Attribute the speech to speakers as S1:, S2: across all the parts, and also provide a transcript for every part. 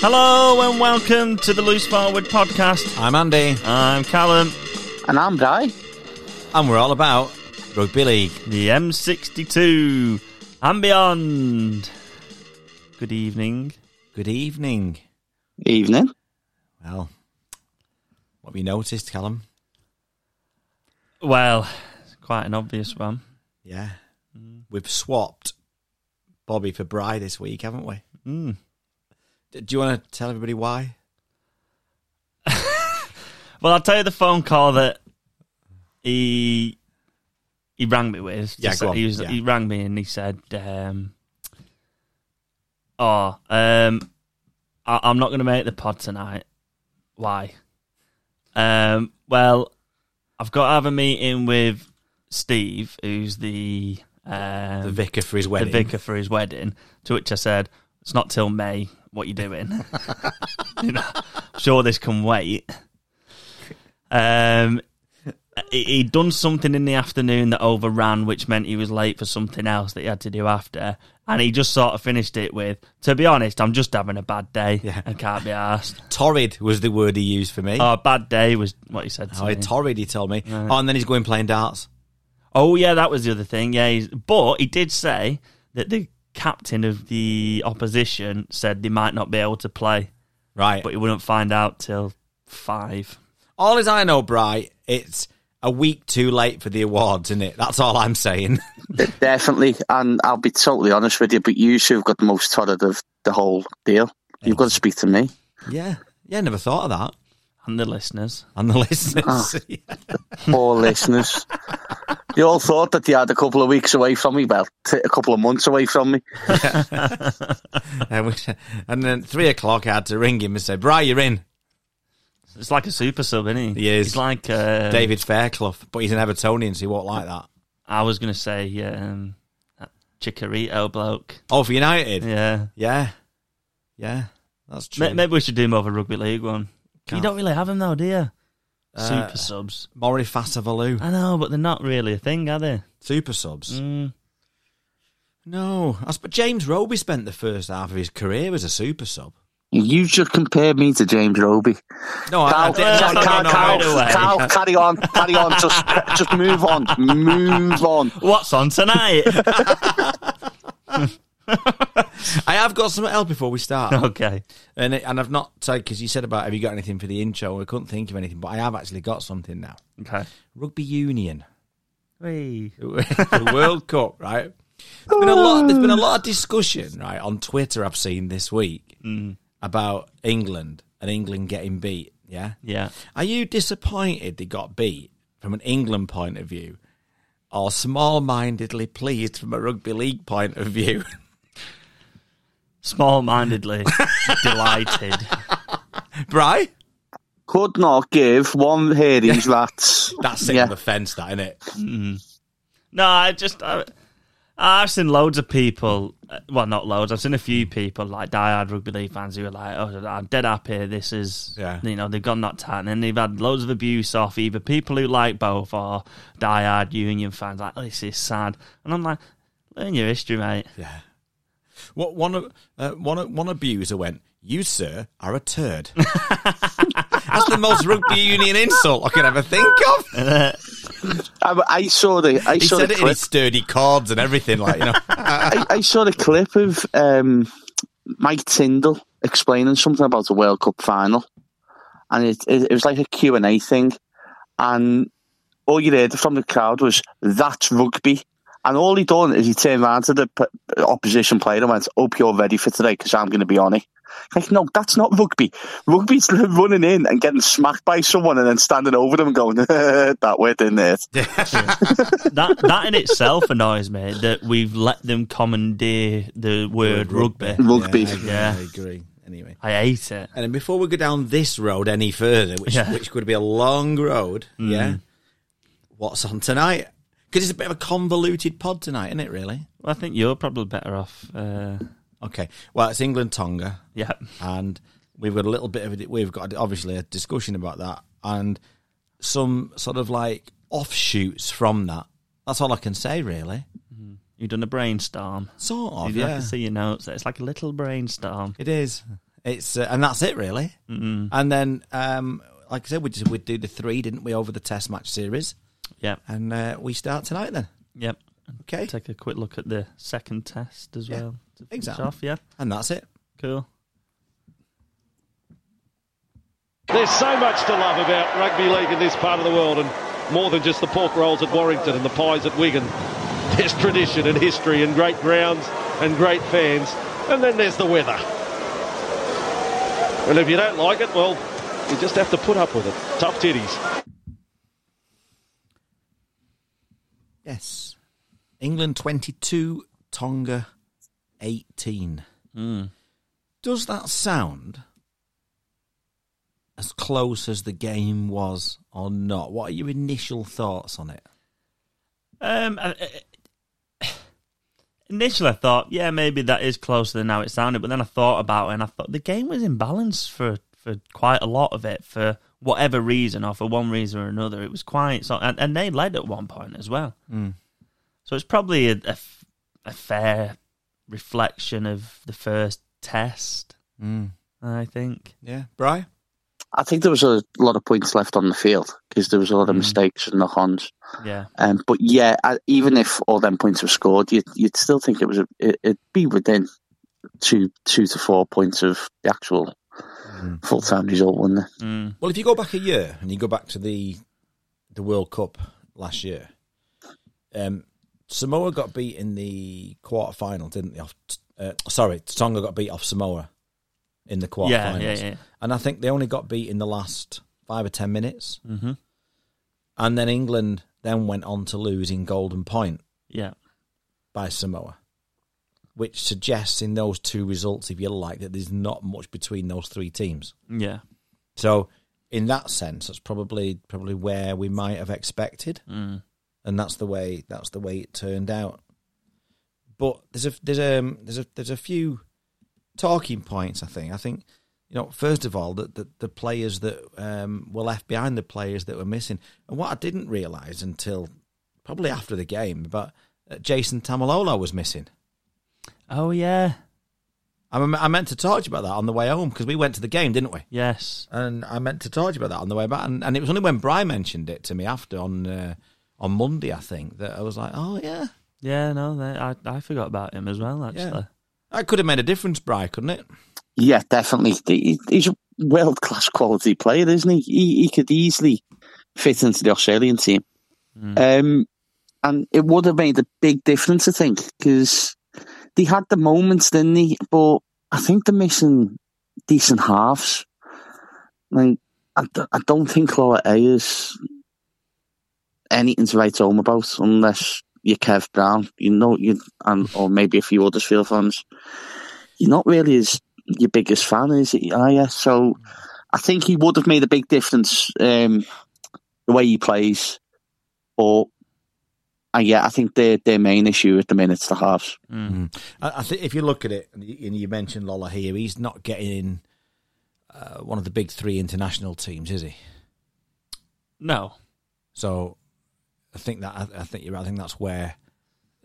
S1: Hello and welcome to the Loose Forward podcast.
S2: I'm Andy,
S1: I'm Callum,
S3: And I'm Di.
S2: and we're all about rugby league.
S1: the M62 and beyond. Good evening.
S2: Good evening.
S3: Evening.
S2: Well, what have you noticed, Callum?
S1: Well, it's quite an obvious one.
S2: Yeah, we've swapped Bobby for Bry this week, haven't we?
S1: Mm.
S2: D- Do you want to tell everybody why?
S1: Well, I'll tell you the phone call that he he rang me with.
S2: Yeah, go on.
S1: he, was,
S2: Yeah.
S1: he rang me and he said, um, "Oh, um, I, I'm not going to make the pod tonight. Why? Um, well, I've got to have a meeting with Steve, who's the um,
S2: The vicar for his wedding.
S1: the vicar for his wedding. To which I said, "It's not till May. What you doing? you know, sure this can wait." Um, he- he'd done something in the afternoon that overran, which meant he was late for something else that he had to do after, and he just sort of finished it with, "To be honest, I'm just having a bad day.
S2: Yeah.
S1: I can't be asked."
S2: Torrid was the word he used for me.
S1: oh, a bad day was what he said to
S2: oh,
S1: me.
S2: torrid, he told me. Oh, and then he's going playing darts.
S1: Oh yeah, that was the other thing. Yeah, he's, but he did say that the captain of the opposition said they might not be able to play,
S2: Right.
S1: but he wouldn't find out till five.
S2: all as I know, Bry, it's a week too late for the awards, isn't it? That's all I'm saying.
S3: De- Definitely. And I'll be totally honest with you, but you two have got the most torrid of the whole deal. You've got to speak to me.
S2: yeah. Yeah, never thought of that. Ah.
S1: And the listeners,
S2: And the listeners.
S3: Poor listeners. You all thought that you had a couple of weeks away from me, well, t- a couple of months away from me.
S2: and, Uh, we- and then three o'clock, I had to ring him and say, Bry, you're in.
S1: it's like a super sub, isn't he?
S2: He is.
S1: He's like uh,
S2: David Fairclough, but he's an Evertonian, so he won't like that.
S1: I was gonna say um, that Chikorito bloke.
S2: Oh, for United? Yeah.
S1: Yeah,
S2: Yeah, that's true.
S1: Ma- maybe we should do more of a rugby league one. You
S2: Can't.
S1: don't really have them though, do you?
S2: Uh,
S1: super subs.
S2: Maury Fasavalu.
S1: I know, but they're not really a thing, are they?
S2: Super subs.
S1: Mm.
S2: No. I sp- James Roby spent the first half of his career as a super sub.
S3: You just compared me to James Roby.
S2: No, Oh, I, I
S3: Carl,
S2: didn't.
S1: no,
S3: Carl,
S1: no,
S3: Carl,
S1: no,
S3: Carl,
S1: no, no.
S3: Carl, carry on, carry on. Just, just move on, move on.
S1: What's on tonight?
S2: I have got something else before we start.
S1: okay.
S2: And it, and I've not said because you said about have you got anything for the intro? I couldn't think of anything, but I have actually got something now.
S1: Okay.
S2: Rugby Union,
S1: Whee.
S2: the World Cup, right? There's been a lot. There's been a lot of discussion, right, on Twitter. I've seen this week about England and England getting beat. Yeah,
S1: Yeah.
S2: are you disappointed they got beat from an England point of view, or small-mindedly pleased from a rugby league point of view?
S1: small-mindedly delighted.
S2: right,
S3: Could not give one Hades rats.
S2: that's sitting
S3: Yeah.
S2: on the fence, that isn't it?
S1: No, I just I, I've seen loads of people. uh, Well, not loads. I've seen a few people like diehard rugby league fans who are like, "Oh, I'm dead happy. This is
S2: Yeah.
S1: you know they've gone knocked out, and then they've had loads of abuse off either people who like both or diehard Union fans. Like, oh, this is sad, and I'm like, learn your history, mate.
S2: Yeah. What one of- uh, one of- one abuser went? You sir are a turd. That's the most rugby union insult I could ever think of.
S3: I, I saw the, I
S2: He
S3: saw
S2: said it
S3: the
S2: in
S3: clip.
S2: his sturdy cords and everything, like you know.
S3: I, I saw the clip of um, Mike Tyndall explaining something about the World Cup final, and it, it, it was like a Q and A thing, and all you heard from the crowd was "That's rugby," and all he done is he turned around to the p- opposition player and went, "Hope you're ready for today, because I'm going to be on it." Like, no, that's not rugby. Rugby's running in and getting smacked by someone and then standing over them and going, that way, didn't it?
S1: That that in itself annoys me that we've let them commandeer the word rugby.
S3: Rugby.
S2: Yeah, I, agree,
S1: Yeah.
S2: I agree. Anyway,
S1: I hate it.
S2: and then before we go down this road any further, which
S1: Yeah.
S2: Mm. which could be a long road, yeah. What's on tonight? Because it's a bit of a convoluted pod tonight, isn't it? Really?
S1: Well, I think you're probably better off. Uh,
S2: Okay. Well, it's England Tonga,
S1: yeah.
S2: and we've got a little bit of a, we've got obviously a discussion about that, and some sort of like offshoots from that. That's all I can say, really.
S1: You've done a brainstorm.
S2: Sort of.
S1: If you
S2: yeah.
S1: can see your notes, it's like a little brainstorm.
S2: It is. It's uh, and that's it really. mm And then, um, like I said, we just we do the three, didn't we, over the Test match series?
S1: Yep,
S2: And uh, we start tonight then.
S1: yep.
S2: Okay,
S1: Take a quick look at the second test as
S2: Yeah,
S1: well. to finish
S2: exactly.
S1: Off, yeah,
S2: and that's it.
S1: cool.
S4: There's so much to love about rugby league in this part of the world, and more than just the pork rolls at Warrington and the pies at Wigan. There's tradition and history and great grounds and great fans, and then there's the weather. And if you don't like it, well, you just have to put up with it. Tough titties.
S2: Yes, England twenty-two, Tonga eighteen. Does that sound as close as the game was or not? What are your initial thoughts on it?
S1: Um, I- I- initially, I thought, yeah, maybe that is closer than how it sounded. But then I thought about it, and I thought the game was in balance for, for quite a lot of it, for whatever reason or for one reason or another. It was quite so, and, and they led at one point as well. So it's probably a, a f- a fair reflection of the first test. I think.
S2: Yeah, Bry.
S3: I think there was a lot of points left on the field because there was a lot of mistakes and knock-ons.
S1: Yeah.
S3: Um, but yeah, I, even if all them points were scored, you'd, you'd still think it was a, it, it'd be within two two to four points of the actual full time result, wouldn't it?
S1: Mm.
S2: Well, if you go back a year and you go back to the the World Cup last year, um, Samoa got beat in the quarter final, didn't they? Off, uh, sorry, Tonga got beat off Samoa in the quarter
S1: Yeah,
S2: finals,
S1: yeah, yeah.
S2: and I think they only got beat in the last five or ten minutes,
S1: hmm
S2: and then England then went on to lose in Golden Point
S1: Yeah.
S2: by Samoa, which suggests in those two results, if you like, that there's not much between those three teams.
S1: Yeah.
S2: So in that sense, that's probably probably where we might have expected, mm. and that's the way that's the way it turned out. But there's a there's a there's a there's a few talking points. I think I think you know first of all that the, the players that um, were left behind, the players that were missing, and what I didn't realise until probably after the game, but uh, Jason Tamalolo was missing.
S1: Oh yeah.
S2: I, mem- I meant to talk to you about that on the way home because we went to the game, didn't we?
S1: Yes.
S2: and I meant to talk to you about that on the way back, and, and it was only when Brian mentioned it to me after on uh, on Monday, I think, that I was like, oh yeah,
S1: Yeah. No, they, I I forgot about him as well. Actually.
S2: yeah, that could have made a difference, Brian, couldn't it?
S3: Yeah, definitely. He- He's a world class quality player, isn't he? he? He could easily fit into the Australian team, um, and it would have made a big difference, I think, because they had the moments, didn't they? But I think they're missing decent halves. Like, I, d- I don't think Laura A is anything to write home about unless you're Kev Brown, you know, you and or maybe a few Huddersfield fans. You're not really his your biggest fan, is he? Are you? So I think he would have made a big difference um, the way he plays. Or and yeah, I think their their main issue at the minute's the halves.
S2: Hmm. I, I think if you look at it, and you, and you mentioned Lola here, he's not getting uh, one of the big three international teams, is he?
S1: No.
S2: So I think that I, I think you're right. I think that's where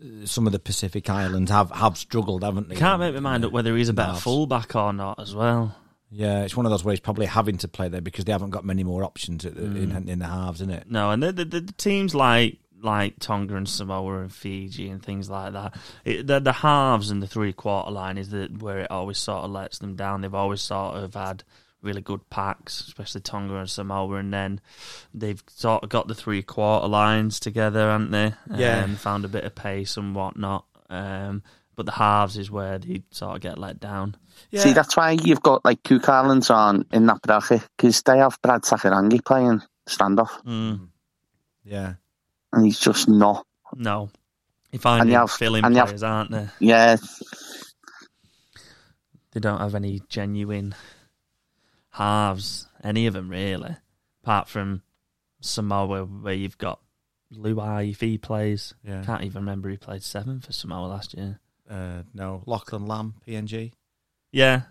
S2: uh, some of the Pacific Islands have have struggled, haven't they?
S1: I can't make my mind up whether he's a better
S2: Halves.
S1: fullback or not as well.
S2: Yeah, it's one of those where he's probably having to play there because they haven't got many more options at the, in, in the halves, isn't it?
S1: No, and the the, the teams like like Tonga and Samoa and Fiji and things like that. It, the the halves and the three quarter line is the, where it always sort of lets them down. They've always sort of had really good packs, especially Tonga and Samoa, and then they've sort of got the three quarter lines together, haven't they?
S2: Yeah.
S1: um, found a bit of pace and whatnot. Um, but the halves is where they sort of get let down.
S3: See, that's why you've got like Cook Islands on in that bracket because they have Brad Sakarangi playing standoff,
S2: Mm. Yeah.
S3: and he's just not.
S1: No. If I
S3: And
S1: need
S3: they have-
S1: filling
S3: and they have-
S1: players, aren't they?
S3: Yeah,
S1: They don't have any genuine halves, any of them really, apart from Samoa, where you've got Luai, if he plays,
S2: Yeah.
S1: can't even remember he played seven for Samoa last year.
S2: Uh, no, Lachlan Lamb, PNG.
S1: Yeah,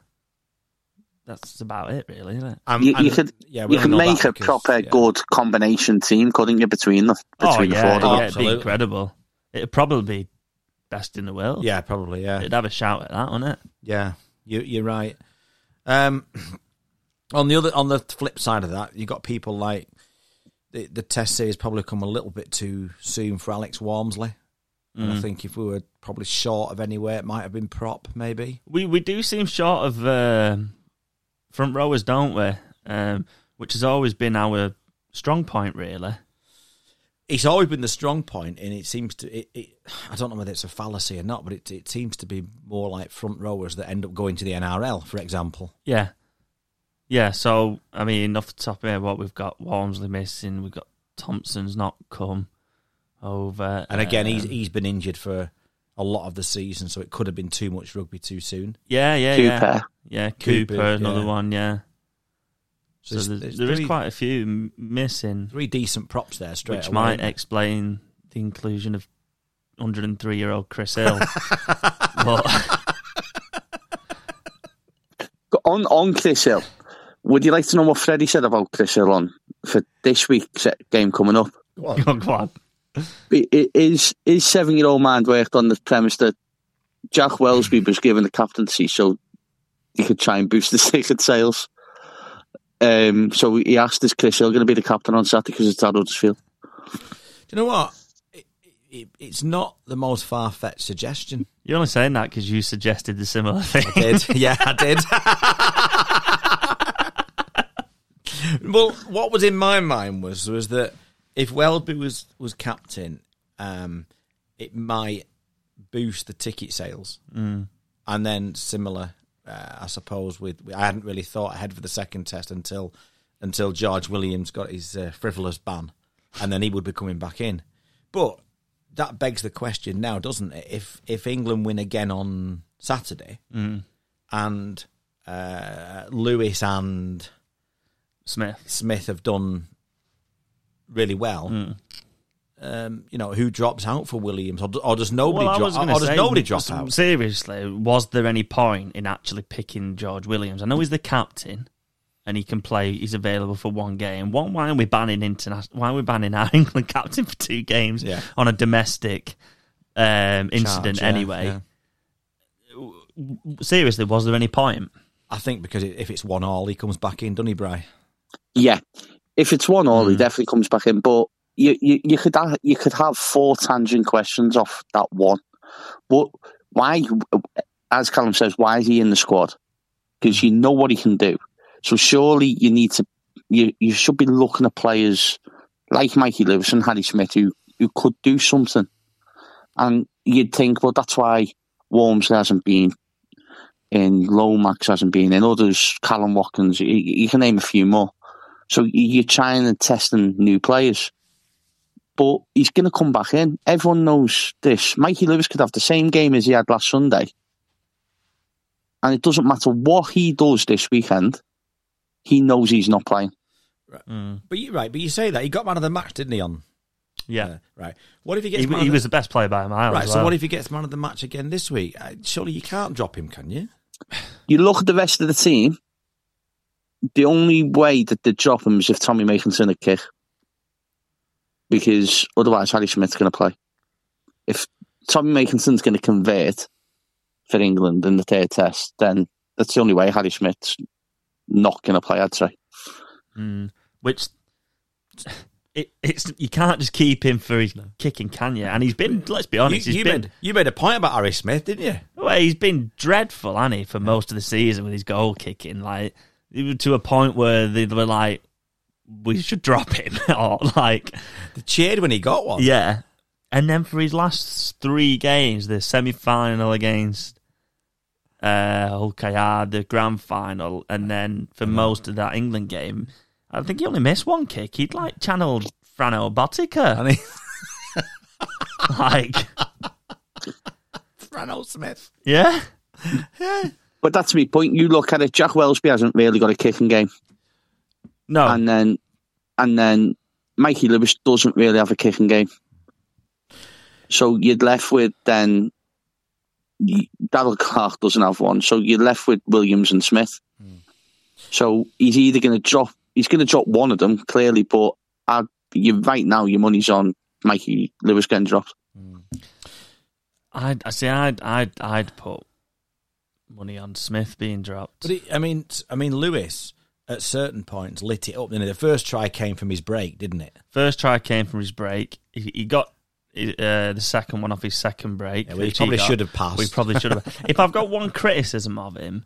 S1: that's about it, really, isn't it?
S2: I'm,
S3: You-
S2: I'm-
S3: you could-
S2: yeah, we
S3: You
S2: don't
S3: can
S2: know
S3: make
S2: that
S3: a
S2: because-
S3: proper
S2: yeah.
S3: good combination team, couldn't you, between the between
S1: oh
S3: the
S1: yeah,
S3: four
S1: yeah,
S3: of them?
S1: it'd be
S2: Absolutely.
S1: incredible. It'd probably be best in the world.
S2: Yeah, probably. Yeah,
S1: it'd have a shout at that, wouldn't it?
S2: yeah. You, you're right. Um, on the other, on the flip side of that, you got people like the, the test series probably come a little bit too soon for Alex Wormsley. And I think if we were probably short of anywhere, it might have been prop, maybe.
S1: We we do seem short of um front rowers, don't we? Um, which has always been our strong point, really.
S2: It's always been the strong point, and it seems to. It, it, I don't know whether it's a fallacy or not, but it, it seems to be more like front rowers that end up going to the NRL, for example.
S1: Yeah. Yeah, so, I mean, off the top of my head, what we've got Walmsley missing, we've got Thompson's not come over.
S2: And again,
S1: um,
S2: he's he's been injured for a lot of the season, so it could have been too much rugby too soon.
S1: Yeah,
S2: Oh,
S1: yeah, yeah.
S3: Cooper.
S1: Yeah, Cooper,
S2: Cooper,
S1: another
S2: yeah.
S1: one, yeah. So
S2: So there's,
S1: there's,
S2: there's
S1: there is
S2: three,
S1: quite a few m- missing,
S2: three decent props there straight
S1: which
S2: away.
S1: might explain the inclusion of 103 year old Chris Hill. but,
S3: on on Chris Hill. Would you like to know what Freddie said about Chris Hill on for this week's game coming up?
S1: go on.
S3: I- i- Is is seven year old mind worked on the premise that Jack Wellesby was given the captaincy so he could try and boost the ticket sales? Um, so he asked, "Is Chris Hill going to be the captain on Saturday because it's at Huddersfield?"
S2: Do you know what? It, it, it's not the most far fetched suggestion.
S1: You're only saying that because you suggested the similar thing.
S2: did. Yeah, I did. well, what was in my mind was was that if Welby was was captain, um, it might boost the ticket sales, mm. and then similar, uh, I suppose. With I hadn't really thought ahead for the second test until until George Williams got his uh, frivolous ban, and then he would be coming back in. But that begs the question now, doesn't it? If if England win again on Saturday, and uh, Lewis and
S1: Smith.
S2: Smith have done really well.
S1: Hmm.
S2: Um, you know, who drops out for Williams, or, d- or does nobody
S1: Well, I
S2: drop?
S1: was
S2: Or
S1: gonna
S2: does
S1: say,
S2: nobody
S1: s-
S2: drop out?
S1: Seriously, was there any point in actually picking George Williams? I know he's the captain, and he can play. He's available for one game. One, why are we banning international? Why are we banning our England captain for two games
S2: Yeah.
S1: on a domestic um, incident?
S2: Charge, yeah,
S1: anyway,
S2: yeah.
S1: seriously, was there any point?
S2: I think because it, if it's one all, he comes back in, doesn't he, Bry?
S3: Yeah, if it's one all, he definitely comes back in. But you, you, you could have, you could have four tangent questions off that one. What? Why? As Callum says, why is he in the squad? Because you know what he can do. So surely you need to. You you should be looking at players like Mikey Lewis and Harry Smith who who could do something. And you'd think, well, that's why Worms hasn't been in, Lomax hasn't been in, others, Callum Watkins, you, you can name a few more. So y- you're trying and testing new players. But he's going to come back in. Everyone knows this. Mikey Lewis could have the same game as he had last Sunday. And it doesn't matter what he does this weekend, he knows he's not playing.
S1: Hmm.
S2: But you're right. But you say that he got man of the match, didn't he? On
S1: Yeah,
S2: uh, right. What if he
S1: he,
S2: gets man of
S1: he
S2: the-
S1: was the best player by a mile.
S2: right?
S1: as
S2: So
S1: well.
S2: what if he gets man of the match again this week? Uh, Surely you can't drop him, can you?
S3: You look at the rest of the team, the only way that they drop him is if Tommy Makinson a kick. Because otherwise, Harry Smith's going to play. If Tommy Makinson's going to convert for England in the third test, then that's the only way Harry Smith's not going to play, I'd say.
S1: which it, it's you can't just keep him for his kicking, can you? And he's been, let's be honest,
S2: you,
S1: he's
S2: you
S1: been
S2: made you made a point about Harry Smith, didn't you?
S1: Well, he's been dreadful, hasn't he, for most of the season with his goal kicking. Like it was to a point where they were like, "We should drop him," or like,
S2: They cheered when he got one.
S1: yeah. And then for his last three games, the semi-final against uh, Hulkayar, the grand final, and then for most of that England game, I think he only missed one kick. He'd like channeled Frano Botica,
S2: and he
S1: like,
S2: ran out Smith.
S1: yeah.
S3: But that's my point. You look at it,
S1: Oh.
S3: Jack Wellesby hasn't really got a kicking game.
S1: No,
S3: And then and then Mikey Lewis doesn't really have a kicking game. So you're left with then y- Daryl Clark doesn't have one. So you're left with Williams and Smith.
S1: Hmm.
S3: So he's either going to drop he's going to drop one of them clearly, but I, you right now your money's on Mikey Lewis getting dropped.
S1: I'd, I see. I'd, I'd, I'd put money on Smith being dropped.
S2: But it, I mean, t- I mean, Lewis at certain points lit it up. You know, the first try came from his break, didn't it?
S1: First try came from his break. He, he got uh, the second one off his second break.
S2: Yeah, well, he
S1: which
S2: probably
S1: got.
S2: should have passed.
S1: We probably should have. if I've got one criticism of him,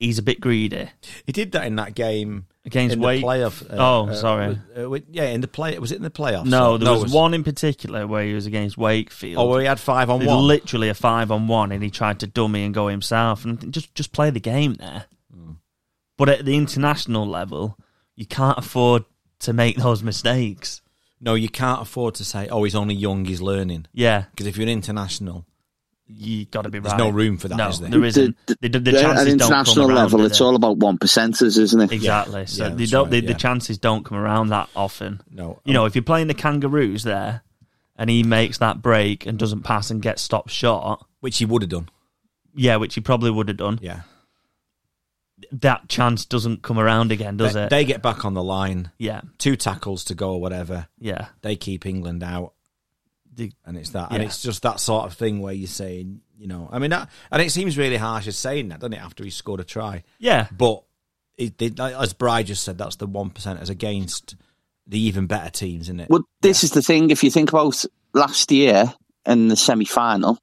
S1: he's a bit greedy.
S2: He did that in that game
S1: Against
S2: in
S1: Wake-
S2: the playoff. uh,
S1: Oh,
S2: uh,
S1: sorry.
S2: with- uh, with- yeah, in the play. Was it in the playoffs?
S1: No, there
S2: it
S1: was, one in particular where he was against Wakefield.
S2: Oh, where he had five on
S1: It was
S2: one.
S1: literally a five on one, and he tried to dummy and go himself, and just just play the game there.
S2: Mm.
S1: But at the international level, you can't afford to make those mistakes.
S2: no, you can't afford to say, "Oh, he's only young, he's learning."
S1: Yeah,
S2: Because if you're an international,
S1: you got to be right.
S2: There's no room for that,
S1: No,
S2: is there?
S1: there isn't. The, the, the
S3: At
S1: chances
S3: an
S1: don't
S3: international
S1: come around,
S3: level,
S1: do
S3: it's
S1: they?
S3: all about one percenters, isn't it?
S1: exactly. so
S2: yeah,
S1: they
S2: that's
S1: don't.
S2: right,
S1: the,
S2: yeah.
S1: the chances don't come around that often.
S2: no,
S1: You know, if you're playing the Kangaroos there, and he makes that break and doesn't pass and gets stopped short,
S2: which he would have done.
S1: yeah, which he probably would have done.
S2: Yeah,
S1: That chance doesn't come around again, does
S2: they,
S1: it?
S2: they get back on the line.
S1: yeah,
S2: Two tackles to go, or whatever.
S1: yeah.
S2: They keep England out.
S1: The-
S2: and it's that,
S1: Yeah.
S2: and it's just that sort of thing where you're saying, you know, I mean, that, and it seems really harsh as saying that, doesn't it? After he scored a try,
S1: yeah,
S2: but it, it, like- as Bry just said, that's the one percenters against the even better teams, isn't it?
S3: Well, this is the thing. If you think about last year in the semi final,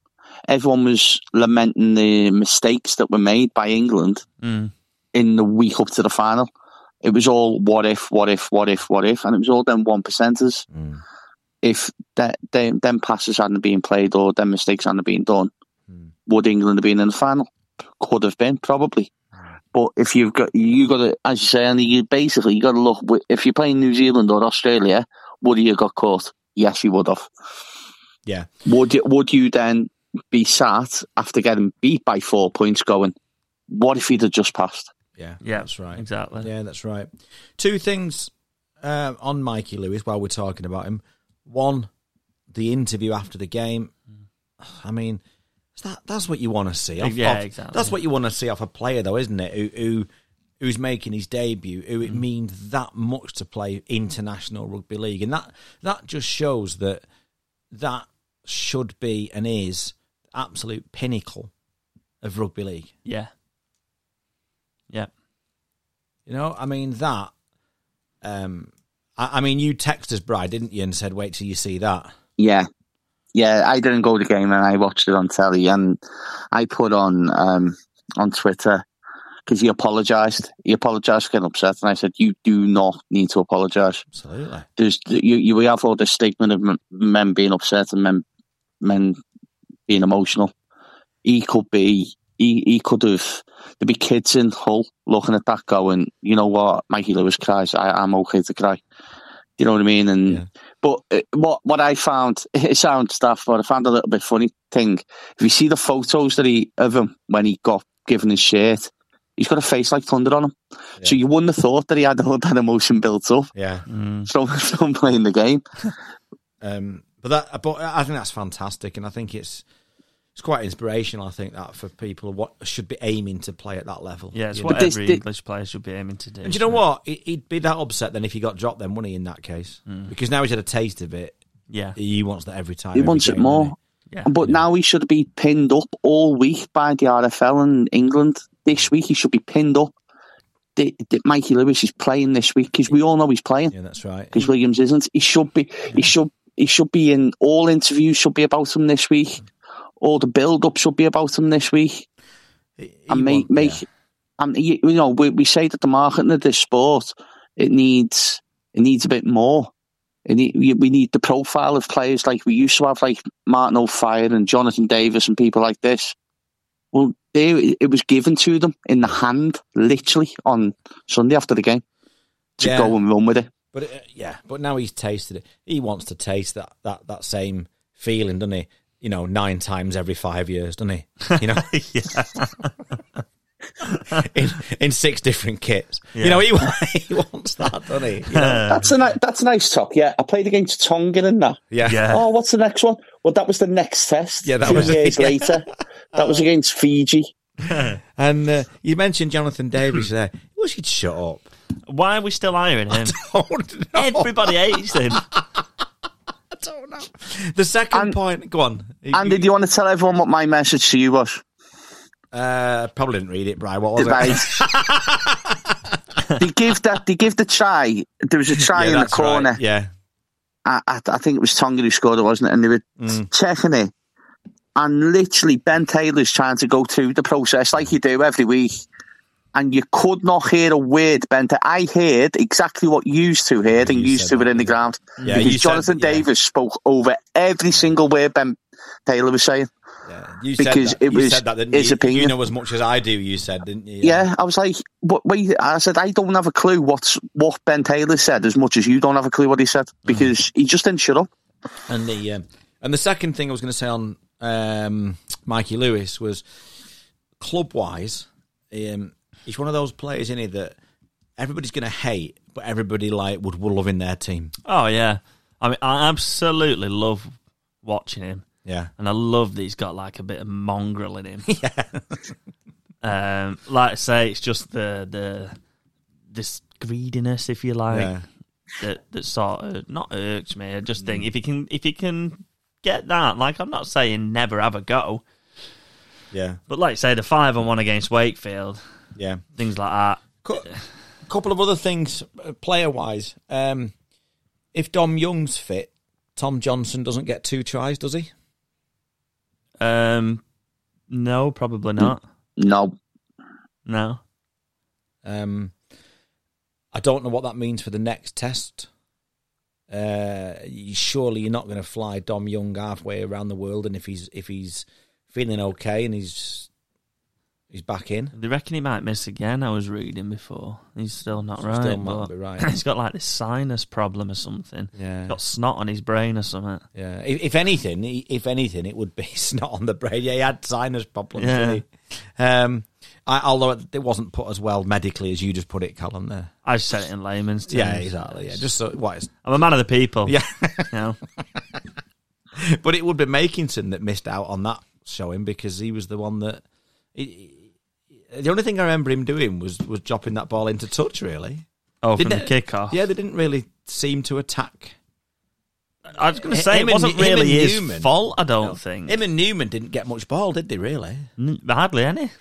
S3: everyone was lamenting the mistakes that were made by England
S1: Mm.
S3: in the week up to the final. It was all what if, what if, what if, what if, and it was all them one percenters.
S2: Mm.
S3: If that them, them passes hadn't been played or them mistakes hadn't been done, would England have been in the final? Could have been probably. But if you've got you got to, as you say, and you basically you got to look. wi- If you're playing New Zealand or Australia, would you have got caught? Yes, you would have.
S2: Yeah.
S3: Would you, would you then be sat after getting beat by four points, going, "What if he'd have just passed?"
S2: yeah,
S1: yeah.
S2: that's right.
S1: Exactly.
S2: Yeah, that's right. Two things uh, on Mikey Lewis while we're talking about him. One, the interview after the game. I mean, is that that's what you want to see. Off,
S1: Yeah,
S2: off-
S1: exactly.
S2: That's what you want to see off a player, though, isn't it? Who, who who's making his debut? Who
S1: Mm.
S2: it means that much to play international rugby league, and that that just shows that that should be and is absolute pinnacle of rugby league.
S1: Yeah. Yeah.
S2: You know, I mean that. Um, I, I mean, you texted us, Brad, didn't you, and said, "Wait till you see that."
S3: Yeah, yeah. I didn't go to the game, and I watched it on telly, and I put on um, on Twitter because he apologised. He apologised, for getting upset, and I said, "You do not need to apologise."
S2: Absolutely.
S3: there's you, you we have all this statement of m- men being upset and men men being emotional. He could be he, he could have there'd be kids in Hull looking at that going, you know what, Mikey Lewis cries, I, I'm okay to cry. You know what I mean? And
S2: Yeah.
S3: but uh, what what I found it sounds daft, but I found a little bit funny thing. If you see the photos that he of him when he got given his shirt, he's got a face like thunder on him. So you wouldn't have thought that he had all that emotion built up
S2: Yeah.
S1: Mm.
S3: from from playing the game.
S2: Um, but that, but I think that's fantastic, and I think it's it's quite inspirational. I think that for people what should be aiming to play at that level.
S1: Yeah, it's
S2: You
S1: what
S2: know?
S3: this-
S1: every
S3: thi-
S1: English player should be aiming to do.
S2: And do you know what? He- He'd be that upset then if he got dropped, then wouldn't he? In that case,
S1: Mm.
S2: because now he's had a taste of it.
S1: Yeah.
S2: He wants that every time.
S3: He
S2: every
S3: wants it
S2: game,
S3: more.
S2: doesn't
S1: Yeah.
S3: But now he should be pinned up all week by the RFL in England. This week he should be pinned up. The, the- Mikey Lewis is playing this week because we all know he's playing
S2: he? Yeah, that's right.
S3: because Williams isn't. He should be. He should. He should be in all interviews. Should be about him this week.
S2: Mm.
S3: All the build up should be about him this week.
S2: He- he
S3: and make
S2: want-
S3: make
S2: yeah.
S3: and you, you know we, we say that the marketing of this sport it needs it needs a bit more it need, we we need the profile of players like we used to have like Martin O'Fire and Jonathan Davis and people like this well they it was given to them in the hand literally on Sunday after the game to
S2: Yeah.
S3: go and run with it
S2: But uh, yeah, but now he's tasted it. He wants to taste that that that same feeling, doesn't he? You know, nine times every five years, doesn't he? You know,
S1: yeah.
S2: in, in six different kits.
S1: Yeah.
S2: You know, he, wa- he wants that, doesn't he? You know?
S3: That's a ni- that's a nice talk. Yeah, I played against Tongan in that.
S2: yeah.
S1: Yeah.
S3: Oh, what's the next one? Well, that was the next test.
S2: Yeah, that
S3: two
S2: was-
S3: years
S2: yeah.
S3: later. That was against Fiji.
S2: And uh, you mentioned Jonathan Davies there. I wish he'd shut up.
S1: Why are we still hiring him?
S2: Oh, no.
S1: Everybody hates him.
S2: I don't know. The second
S3: And-
S2: point, go on.
S3: Andy, do you want to tell everyone what my message to you was?
S2: uh, probably didn't read it, Brian. What was it?
S3: Right. they give that. They give the try. There was a try in the
S2: that's right.
S3: corner.
S2: Yeah.
S3: I, I, I think it was Tonga who scored it, wasn't it? And they were
S2: Mm.
S3: checking it. And literally, Ben Taylor's trying to go through the process like you do every week. And you could not hear a word, Ben. Ta- I heard exactly what you two heard and
S2: You
S3: you
S2: said
S3: two were
S2: that,
S3: in the
S2: yeah.
S3: ground.
S2: Yeah,
S3: because
S2: you said-
S3: Jonathan
S2: yeah.
S3: Davis spoke over every single word Ben Taylor was saying.
S2: Yeah. You
S3: Because
S2: said that.
S3: it
S2: you
S3: was
S2: said that, didn't you?
S3: his
S2: You- You
S3: opinion.
S2: know as much as I do, you said, didn't you?
S3: Yeah, I was like, what, wait, I said, I don't have a clue what's, what Ben Taylor said as much as you don't have a clue what he said because he just didn't shut up.
S2: And the um, and the second thing I was going to say on um, Mikey Lewis was club wise, um, he's one of those players in it that everybody's going to hate, but everybody like would, would love in their team.
S1: Oh yeah. I mean, I absolutely love watching him,
S2: Yeah,
S1: and I love that he's got like a bit of mongrel in him. Yeah. um, like I say, it's just the the this greediness, if you like,
S2: Yeah.
S1: that that sort of not irks me. I just
S2: Hmm.
S1: think if he can if he can get that, like I'm not saying never have a go,
S2: yeah,
S1: but like say the five on one against Wakefield,
S2: yeah.
S1: things like that.
S2: Cou- couple of other things, player wise. Um, if Dom Young's fit, Tom Johnson doesn't get two tries, does he?
S1: Um, no, probably
S2: Hmm.
S1: not.
S3: No,
S1: No.
S2: Um, I don't know what that means for the next test. Uh, you- surely you're not going to fly Dom Young halfway around the world, and if he's if he's feeling okay and he's he's back in,
S1: They reckon he might miss again. I was reading before. He's still not right.
S2: still might
S1: but
S2: be right.
S1: he's got like this sinus problem or something.
S2: Yeah.
S1: Got snot on his brain or something.
S2: yeah. If, if anything, he- if anything, it would be it's not on the brain. Yeah, he had sinus problems.
S1: Yeah.
S2: didn't he? Um, I, although it it wasn't put as well medically as you just put it, Callum. There. Um,
S1: I said it in layman's terms.
S2: Yeah, exactly. Yeah, just so what it's
S1: I'm a man of the people.
S2: Yeah.
S1: You know?
S2: But it would be Makinson that missed out on that showing because he was the one that. he- he- the only thing I remember him doing was was dropping that ball into touch. Really,
S1: Oh, from
S2: Didn't
S1: the
S2: they-
S1: kickoff.
S2: Yeah, they didn't really seem to attack.
S1: I was going to say
S2: Him
S1: it
S2: and-
S1: wasn't
S2: him and
S1: really his
S2: Newman.
S1: fault. I don't think
S2: Him and Newman didn't get much ball, did they? Really?
S1: N- hardly any.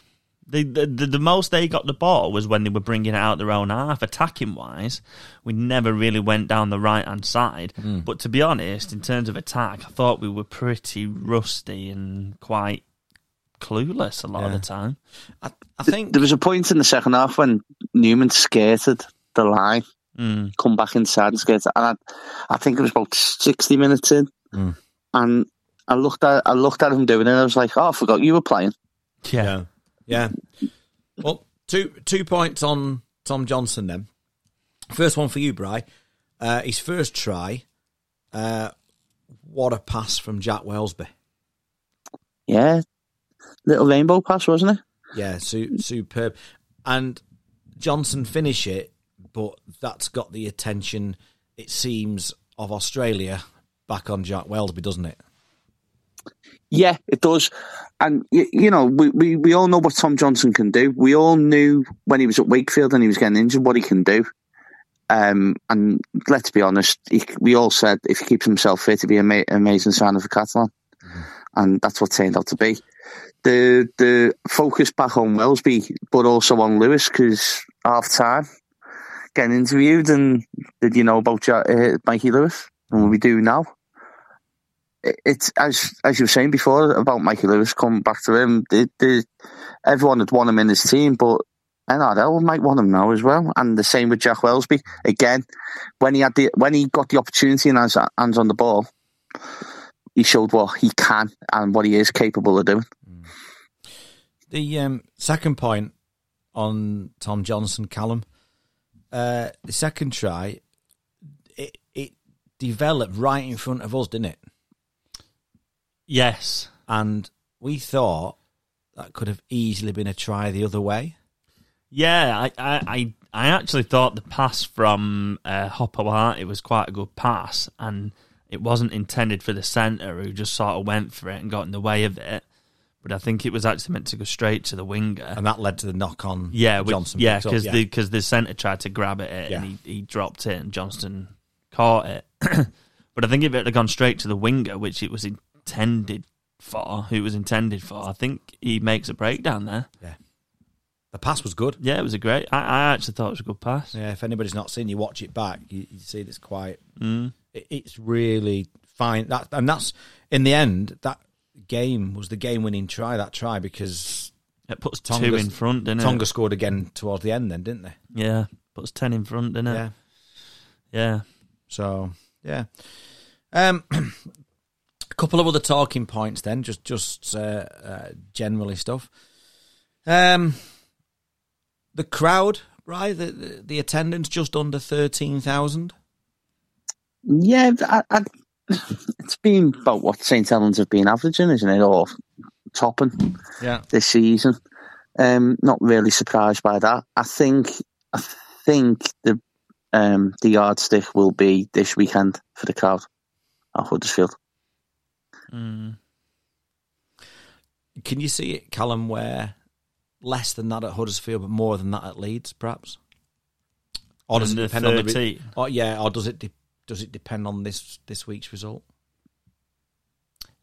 S1: The, the, the the most they got the ball was when they were bringing it out their own half. Attacking wise, we never really went down the right hand side.
S2: Hmm.
S1: But to be honest, in terms of attack, I thought we were pretty rusty and quite clueless a lot of the time.
S2: I, I think.
S3: there was a point in the second half when Newman skated the line, come back inside and skated, and I, I think it was about sixty minutes in, and I looked at I looked at him doing it, and I was like, oh, I forgot you were playing.
S1: Yeah.
S2: Yeah. Yeah. Well, two two points on Tom Johnson then. First one for you, Bry. Uh, his first try. Uh, what a pass from Jack Wellsby.
S3: Yeah, little rainbow pass, wasn't it?
S2: Yeah, su- superb. And Johnson finish it, but that's got the attention, it seems, of Australia back on Jack Wellsby, doesn't it?
S3: Yeah, it does. And, y- you know, we, we, we all know what Tom Johnson can do. We all knew when he was at Wakefield and he was getting injured what he can do. Um, and let's be honest, he, we all said if he keeps himself fit, he'd be an ama- amazing signing for Catalan. And that's what turned out to be. The the focus back on Wellsby, but also on Lewis, because half time, getting interviewed, and did you know about Ja- uh, Mikey Lewis? And we do now it- it's as as you were saying before about Mikey Lewis. Come back to him. The, the, everyone had won him in his team, but NRL might want him now as well. And the same with Jack Wellsby. Again, when he had the when he got the opportunity and has hands on the ball, he showed what he can and what he is capable of doing.
S2: The um, second point on Tom Johnson, Callum, uh, the second try, it, it developed right in front of us, didn't it?
S1: Yes.
S2: And we thought that could have easily been a try the other way.
S1: Yeah, I, I, I, I actually thought the pass from uh, Hopper Hart, it was quite a good pass, and it wasn't intended for the centre who just sort of went for it and got in the way of it. But I think it was actually meant to go straight to the winger.
S2: and that led to the knock on.
S1: Yeah, which,
S2: Johnson.
S1: yeah,
S2: picked up,
S1: because the because the centre tried to grab at it and
S2: Yeah.
S1: he, he dropped it and Johnston caught it. but I think if it had gone straight to the winger, which it was intended for, who it was intended for, I think he makes a breakdown there.
S2: the pass was good.
S1: Yeah, it was a great. I, I actually thought it was a good pass.
S2: Yeah, if anybody's not seen, you watch it back. You, you see this quite.
S1: Mm.
S2: It, it's really fine. That and that's in the end that game was the game-winning try. That try because
S1: It puts two
S2: Tonga's-
S1: in front, didn't
S2: Tonga
S1: it?
S2: scored again towards the end. Then didn't they?
S1: Yeah, puts ten in front, didn't it? Yeah.
S2: So yeah, um, a couple of other talking points then, just just uh, uh, generally stuff. Um, the crowd, right? The the, the attendance just under thirteen thousand.
S3: Yeah, I, I, it's been about what St. Helens have been averaging, isn't it? Or topping
S2: Yeah,
S3: this season. Um, not really surprised by that. I think I think the um, the yardstick will be this weekend for the crowd at Huddersfield.
S1: Mm.
S2: can you see it, Callum? Where less than that at Huddersfield, but more than that at Leeds, perhaps. Or does
S1: And
S2: it
S1: the
S2: depend on the? re-
S1: 13.
S2: Or, yeah, or does it de- does it depend on this this week's result?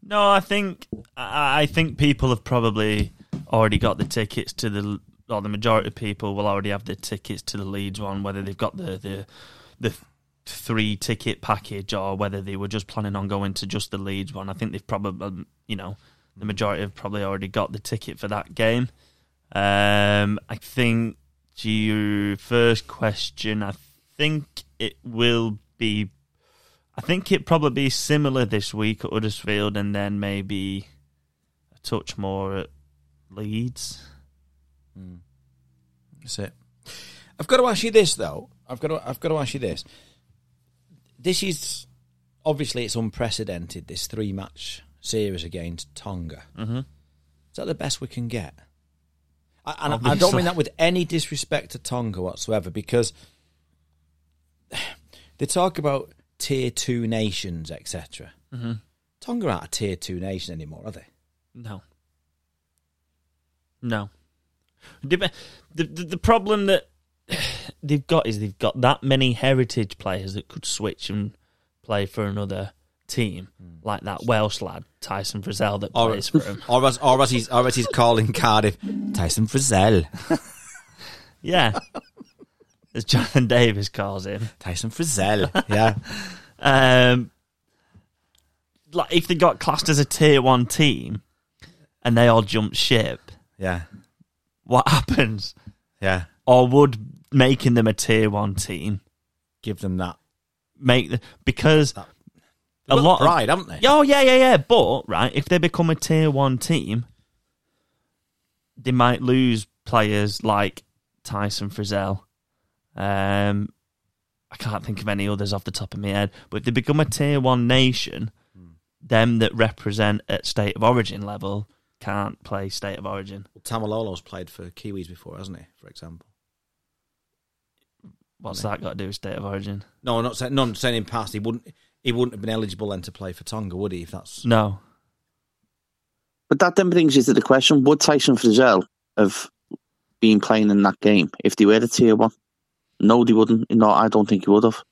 S1: No, I think I I think people have probably already got the tickets to the or the majority of people will already have the tickets to the Leeds one, whether they've got the the the three ticket package or whether they were just planning on going to just the Leeds one. I think they've probably you know the majority have probably already got the ticket for that game. Um, I think to your first question, I think it will be I think it probably be similar this week at Huddersfield, and then maybe a touch more at Leeds.
S2: That's it. I've got to ask you this though. I've got to I've got to ask you this. This is obviously it's unprecedented. This three match series against Tonga. Mm-hmm. Is that the best we can get? I, and I don't
S1: Obviously.
S2: mean that with any disrespect to Tonga whatsoever, because they talk about tier two nations, etc. Mm-hmm. Tonga aren't a tier two nation anymore, are they?
S1: No, no. Dep- The, the the problem that they've got is they've got that many heritage players that could switch and play for another team, like that Welsh lad Tyson Frizzell that
S2: Or,
S1: plays for him.
S2: or as or as he's or as he's calling Cardiff, Tyson Frizzell.
S1: Yeah, as Jonathan Davis calls him.
S2: Tyson Frizzell. Yeah.
S1: um, like if they got classed as a tier one team and they all jumped ship,
S2: Yeah.
S1: what happens?
S2: Yeah.
S1: Or would making them a tier one team
S2: Give them that.
S1: make the, because
S2: That-
S1: a lot of,
S2: pride, haven't they?
S1: Yeah, oh yeah yeah yeah but right if they become a tier one team, they might lose players like Tyson Frizzell. Um, I can't think of any others off the top of my head, but if they become a tier one nation, them that represent at state of origin level can't play state of origin.
S2: Tamalolo's played for Kiwis before, hasn't he? For example.
S1: What's that got to do with state of origin?
S2: No, I'm not saying. No, I'm saying in past he wouldn't. He wouldn't have been eligible then to play for Tonga, would he? If that's
S1: No.
S3: But that then brings you to the question: Would Tyson Frizzell have been playing in that game if they were a tier one? No, they wouldn't. No, I don't think he would have.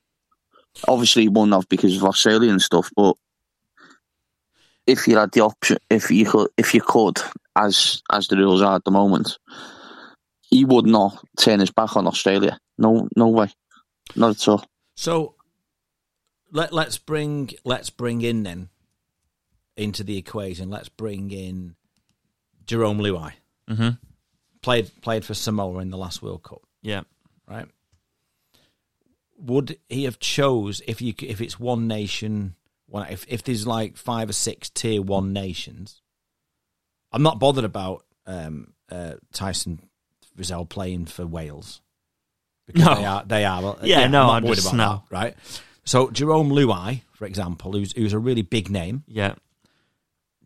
S3: Obviously, he wouldn't have because of Australia and stuff. But if you had the option, if you could, if you could, as as the rules are at the moment, he would not turn his back on Australia. No, no way, not at all.
S2: so. Let Let's bring Let's bring in then into the equation. Let's bring in Jerome Luai.
S1: Mm-hmm.
S2: Played played for Samoa in the last World Cup.
S1: Yeah.
S2: right? Would he have chose if you c- if it's one nation, one if if there's like five or six tier one nations? I'm not bothered about um, uh, Tyson Rizal playing for Wales because
S1: No.
S2: they are they are uh,
S1: Yeah, no,
S2: not
S1: I'm
S2: worried
S1: just-
S2: about that, right. So Jerome Luai, for example, who's who's a really big name,
S1: Yeah.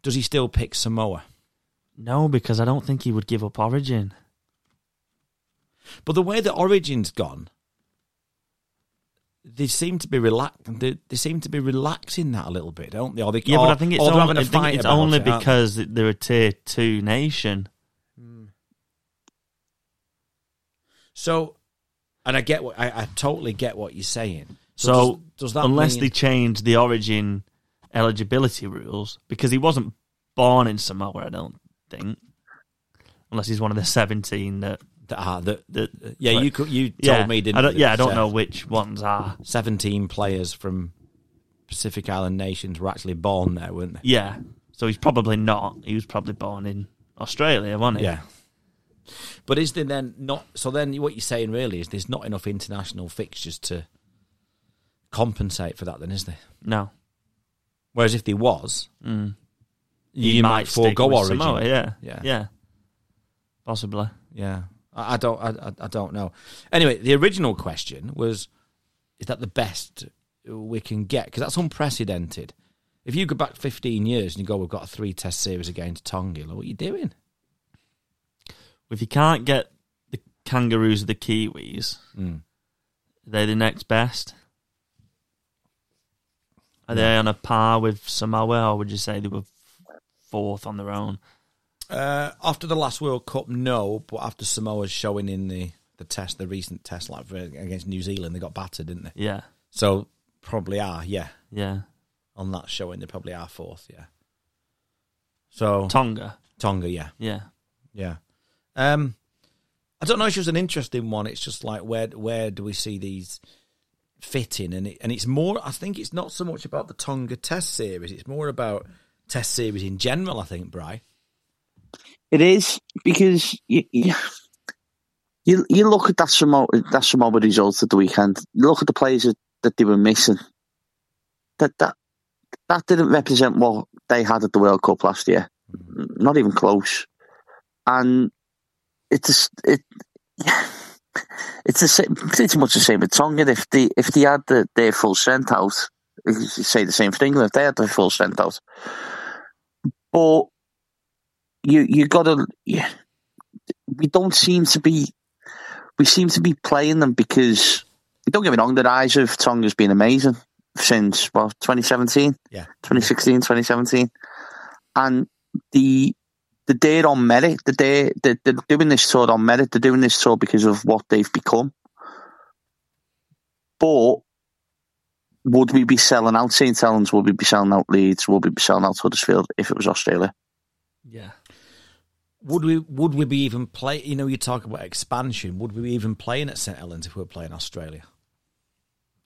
S2: does he still pick Samoa?
S1: No, because I don't think he would give up origin.
S2: But the way the Origin's gone, they seem to be relax. They, they seem to be relaxing that a little bit, don't they? Or they,
S1: Yeah,
S2: or,
S1: but I think it's
S2: or they're
S1: only,
S2: having a
S1: I think
S2: fight
S1: it's
S2: about
S1: only
S2: it, aren't they?
S1: because they're a tier two nation.
S2: So, and I get what I, I totally get what you're saying.
S1: So,
S2: does, does that
S1: unless
S2: mean,
S1: they change the origin eligibility rules, because he wasn't born in Samoa, I don't think. Unless he's one of the seventeen that,
S2: that, ah, that,
S1: that
S2: yeah,
S1: like-
S2: you could, you told
S1: yeah,
S2: me didn't
S1: I don't,
S2: you,
S1: yeah, I don't
S2: Seth?
S1: know which ones are.
S2: Seventeen players from Pacific Island nations were actually born there, weren't they?
S1: Yeah, so he's probably not. He was probably born in Australia, wasn't he?
S2: Yeah. But is there then not? So then, what you're saying really is there's not enough international fixtures to compensate for that, then, is there?
S1: No,
S2: Whereas if there was, Mm. you
S1: He
S2: might,
S1: stick
S2: forego
S1: with
S2: origin.
S1: Samoa, yeah,
S2: Yeah.
S1: yeah, possibly.
S2: Yeah, I, I don't, I, I- I don't know. Anyway, the original question was, is that the best we can get? Because that's unprecedented. If you go back 15 years and you go, we've got a three-test series against Tonga, like, what are you doing?
S1: If you can't get the kangaroos or the kiwis,
S2: Mm.
S1: they're the next best. Are they on a par with Samoa, or would you say they were fourth on their own?
S2: Uh, after the last World Cup, no. But after Samoa's showing in the the test, the recent test, like for, against New Zealand, they got battered, didn't they?
S1: Yeah,
S2: So probably are, yeah.
S1: yeah.
S2: On that showing, they probably are fourth, yeah. So
S1: Tonga,
S2: Tonga, yeah.
S1: yeah.
S2: Yeah. Um, I don't know. It's just an interesting one. It's just like where where do we see these fitting? And it, and it's more. I think it's not so much about the Tonga Test series. It's more about Test series in general. I think, Bry.
S3: It is because you, you, you, you look at that Samoa, that Samoa result at the weekend. You look at the players that, that they were missing. That that that didn't represent what they had at the World Cup last year. Not even close. And it's it. It's the same, pretty much the same with Tonga. If they if they had the, their full strength out, you could say the same for England. If they had their full strength out, but you you gotta yeah, we don't seem to be we seem to be playing them because don't get me wrong the rise of Tonga has been amazing since well 2017
S2: Yeah.
S3: 2016 2017 and the the day on merit the day they're, they're doing this tour on merit they're doing this tour because of what they've become but would we be selling out St Helens would we be selling out Leeds would we be selling out Huddersfield if it was Australia
S1: Yeah.
S2: Would we would we be even play? You know, you talk about expansion. Would we be even playing at St Helens if we were playing Australia?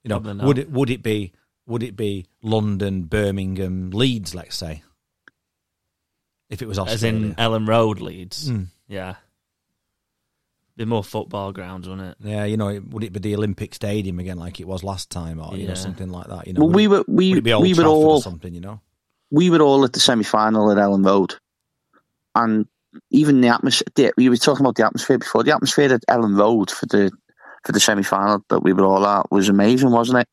S2: You know,
S1: Probably not.
S2: would it would it be would it be London, Birmingham, Leeds? Let's say if it was
S1: As
S2: Australia.
S1: in uh, Ellen Road leads.
S2: Mm.
S1: Yeah. Be more football grounds, wouldn't it?
S2: Yeah, you know, it- would it be the Olympic Stadium again, like it was last time, or you
S1: Yeah.
S2: know, something like that? You know,
S3: well,
S2: would
S3: we
S2: it-
S3: were we,
S2: would it be Old
S3: we were
S2: Trafford or
S3: all
S2: something? You know,
S3: we were all at the semi final at Ellen Road, and even the atmosphere. We were talking about the atmosphere before. The atmosphere at Ellen Road for the for the semi final that we were all at was amazing, wasn't it?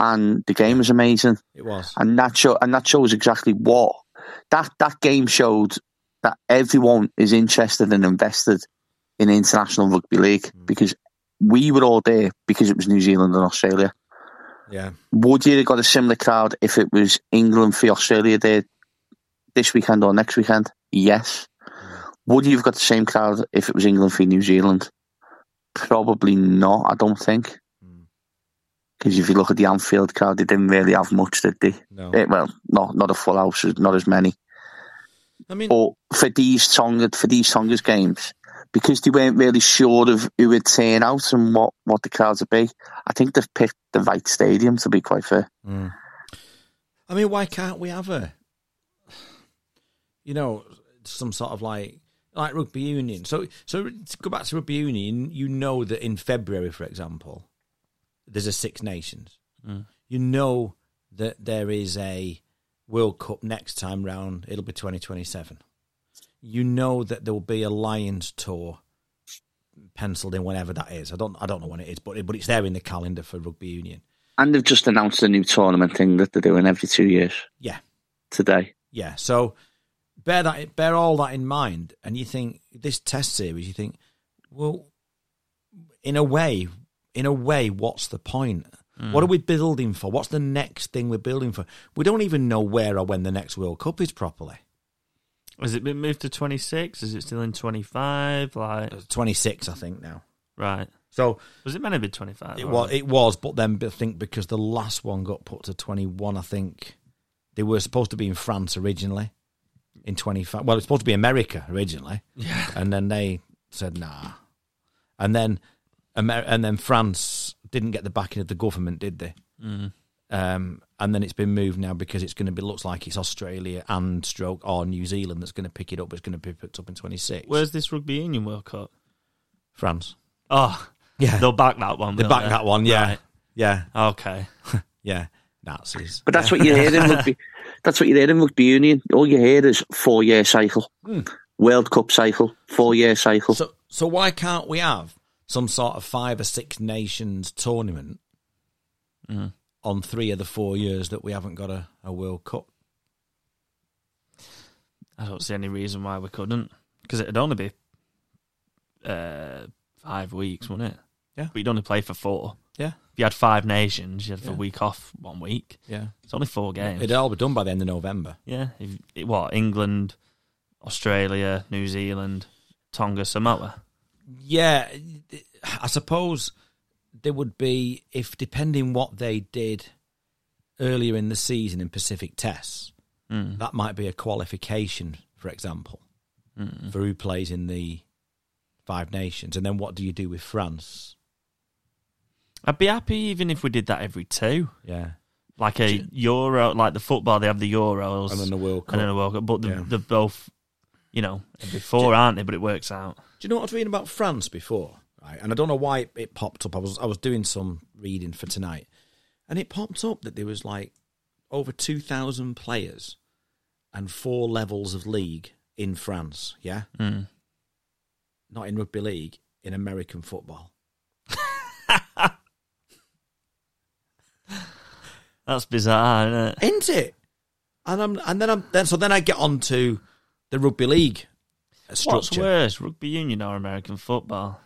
S3: And the game was amazing,
S2: it was.
S3: and that show and that shows exactly what that that game showed that everyone is interested and invested in international rugby league
S2: Mm.
S3: because we were all there because it was New Zealand and Australia
S2: Yeah,
S3: would you have got a similar crowd if it was England for Australia there this weekend or next weekend? Yes. Would you have got the same crowd if it was England for New Zealand? Probably not, I don't think. Because if you look at the Anfield crowd, they didn't really have much, did they?
S2: no,
S3: Eh, well, not not a full house, not as many.
S2: I mean,
S3: But for these Tonga for these Tonga's games, because they weren't really sure of who would turn out and what, what the crowds would be, I think they've picked the right stadium. To be quite fair,
S2: Mm. I mean, why can't we have a, you know, some sort of like like rugby union? So, so to go back to rugby union, you know that in February, for example, there's a Six Nations. You know that there is a World Cup next time round. It'll be 2027. You know that there will be a Lions tour penciled in whenever that is. I don't, I don't know when it is, but but it's there in the calendar for rugby union.
S3: And they've just announced a new tournament thing that they're doing every two years
S2: Yeah.
S3: today.
S2: Yeah. So bear that bear all that in mind, and you think this test series, you think, well, in a way, in a way, what's the point? What are we building for? What's the next thing we're building for? We don't even know where or when the next World Cup is properly.
S1: Has it been moved to 26? Is it still in 25? Like,
S2: Twenty six, I think now.
S1: right.
S2: So
S1: Was it meant to be 25?
S2: It was, it was, but then I think because the last one got put to 21, I think they were supposed to be in France originally in 25. Well, it was supposed to be America originally. Yeah. And then they said, nah. And then Amer- and then France didn't get the backing of the government, did they?
S1: Mm.
S2: Um, and then it's been moved now because it's going to be looks like it's Australia and stroke or New Zealand that's going to pick it up. It's going to be picked up in 26.
S1: Where's this Rugby Union World Cup?
S2: France?
S1: Oh,
S2: Yeah.
S1: they'll back that one.
S2: They
S1: will
S2: back that one. Yeah.
S1: Right.
S2: Yeah.
S1: Okay.
S2: Yeah. Nazis.
S3: But that's what you hear in rugby. That's what you hear in rugby union. All you hear is four year cycle, World Cup cycle, four year cycle.
S2: So, so why can't we have some sort of five or six nations tournament Mm. on three of the four years that we haven't got a, a World Cup?
S1: I don't see any reason why we couldn't. Because it'd only be uh, five weeks, wouldn't it?
S2: Yeah.
S1: But you'd only play for four.
S2: Yeah,
S1: If you had five nations, you'd have a week off one week.
S2: yeah.
S1: It's only four games.
S2: It'd all be done by the end of November.
S1: yeah. If, it, what? England, Australia, New Zealand, Tonga, Samoa.
S2: Yeah, I suppose there would be if depending what they did earlier in the season in Pacific Tests, that might be a qualification, for example, for who plays in the Five Nations, and then what do you do with France?
S1: I'd be happy even if we did that every two.
S2: Yeah.
S1: Like a Euro, like the football, they have the Euros.
S2: And then the World Cup.
S1: And then the World Cup. But the,
S2: Yeah.
S1: they're both, you know, every four, aren't they? But it works out.
S2: Do you know what I was reading about France before? Right, and I don't know why it, it popped up. I was I was doing some reading for tonight, and it popped up that there was like over two thousand players and four levels of league in France. Yeah, not in rugby league, in American football.
S1: That's bizarre, isn't it?
S2: Isn't it? And I'm and then I'm then so then I get on to the rugby league uh,
S1: What's
S2: structure.
S1: worse, rugby union or American football?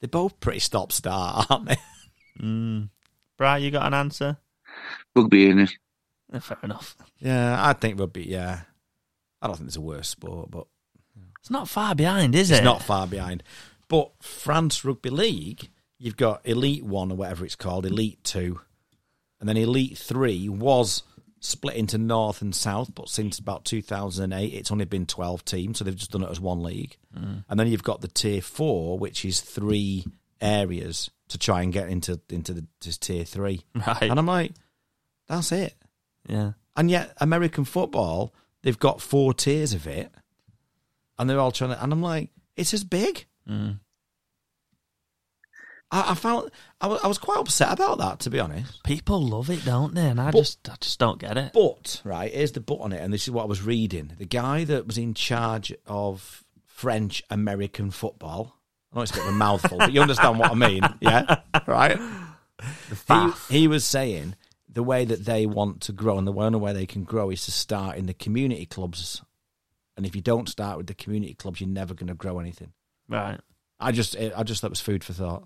S2: They're both pretty stop start, aren't they?
S1: Brian, you got an answer?
S3: Rugby union.
S1: Eh, Fair enough.
S2: Yeah, I think rugby. Yeah, I don't think it's a worse sport, but
S1: It's not far behind, is
S2: It's
S1: it?
S2: not far behind. But France Rugby League, you've got Elite One or whatever it's called, Elite Two, and then Elite Three was split into North and South. But since about 2008, it's only been 12 teams, so they've just done it as one league. And then you've got the Tier Four, which is three areas to try and get into into the to Tier Three.
S1: Right.
S2: And I'm like, that's it.
S1: Yeah.
S2: And yet, American football, they've got four tiers of it, and they're all trying to. And I'm like, it's as big. I, I found I was, I was quite upset about that, to be honest.
S1: People love it, don't they? And I
S2: But-
S1: just I just don't get it.
S2: But right here's the but on it, and this is what I was reading. The guy that was in charge of French American football. I know it's a bit of a mouthful, but you understand what I mean, yeah? Right? he, he was saying the way that they want to grow and the only way they can grow is to start in the community clubs. And if you don't start with the community clubs, you're never going to grow anything.
S1: Right.
S2: I just, eh, I just thought it was food for thought.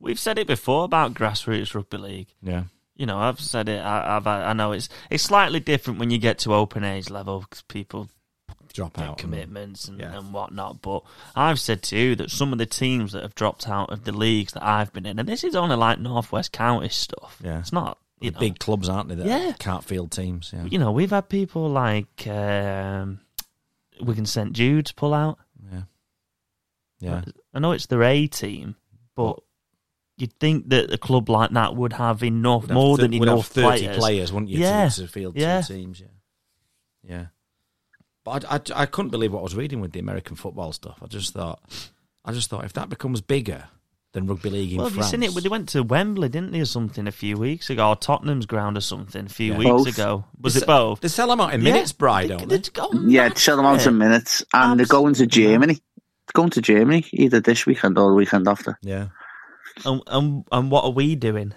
S1: We've said it before about grassroots rugby league.
S2: Yeah,
S1: You know, I've said it. I, I've, I know it's it's slightly different when you get to open age level because people
S2: drop
S1: get
S2: out
S1: commitments and,
S2: Yeah.
S1: and whatnot. But I've said to you that some of the teams that have dropped out of the leagues that I've been in, and this is only like Northwest County stuff.
S2: Yeah.
S1: It's not you
S2: The
S1: know,
S2: big clubs, aren't they? That
S1: Yeah.
S2: can't field teams. Yeah,
S1: you know, we've had people like um, Wigan St Jude's pull out.
S2: yeah.
S1: I know it's their A team, but you'd think that a club like that would have enough,
S2: We'd have
S1: more
S2: thir-
S1: than
S2: we'd have
S1: enough
S2: thirty
S1: players.
S2: players, wouldn't you?
S1: Yeah.
S2: To, to field
S1: Yeah.
S2: two teams, yeah, yeah. But I, I, I couldn't believe what I was reading with the American football stuff. I just thought, I just thought if that becomes bigger than rugby league in
S1: Well, have you
S2: France,
S1: seen it? They went to Wembley, didn't they, or something a few weeks ago, or Tottenham's ground or something a few
S2: Yeah.
S1: weeks
S3: Both.
S1: ago? Was
S2: They
S1: it
S2: sell-
S1: both?
S2: They sell them out in minutes,
S1: yeah.
S2: Bri,
S1: They-
S2: don't
S1: they
S2: they?
S1: go
S3: Yeah,
S1: mad
S3: sell them
S1: for
S3: out
S1: it.
S3: in minutes, and they're going to Germany. They're going to Germany either this weekend or the weekend after.
S2: Yeah,
S1: And, and and what are we doing?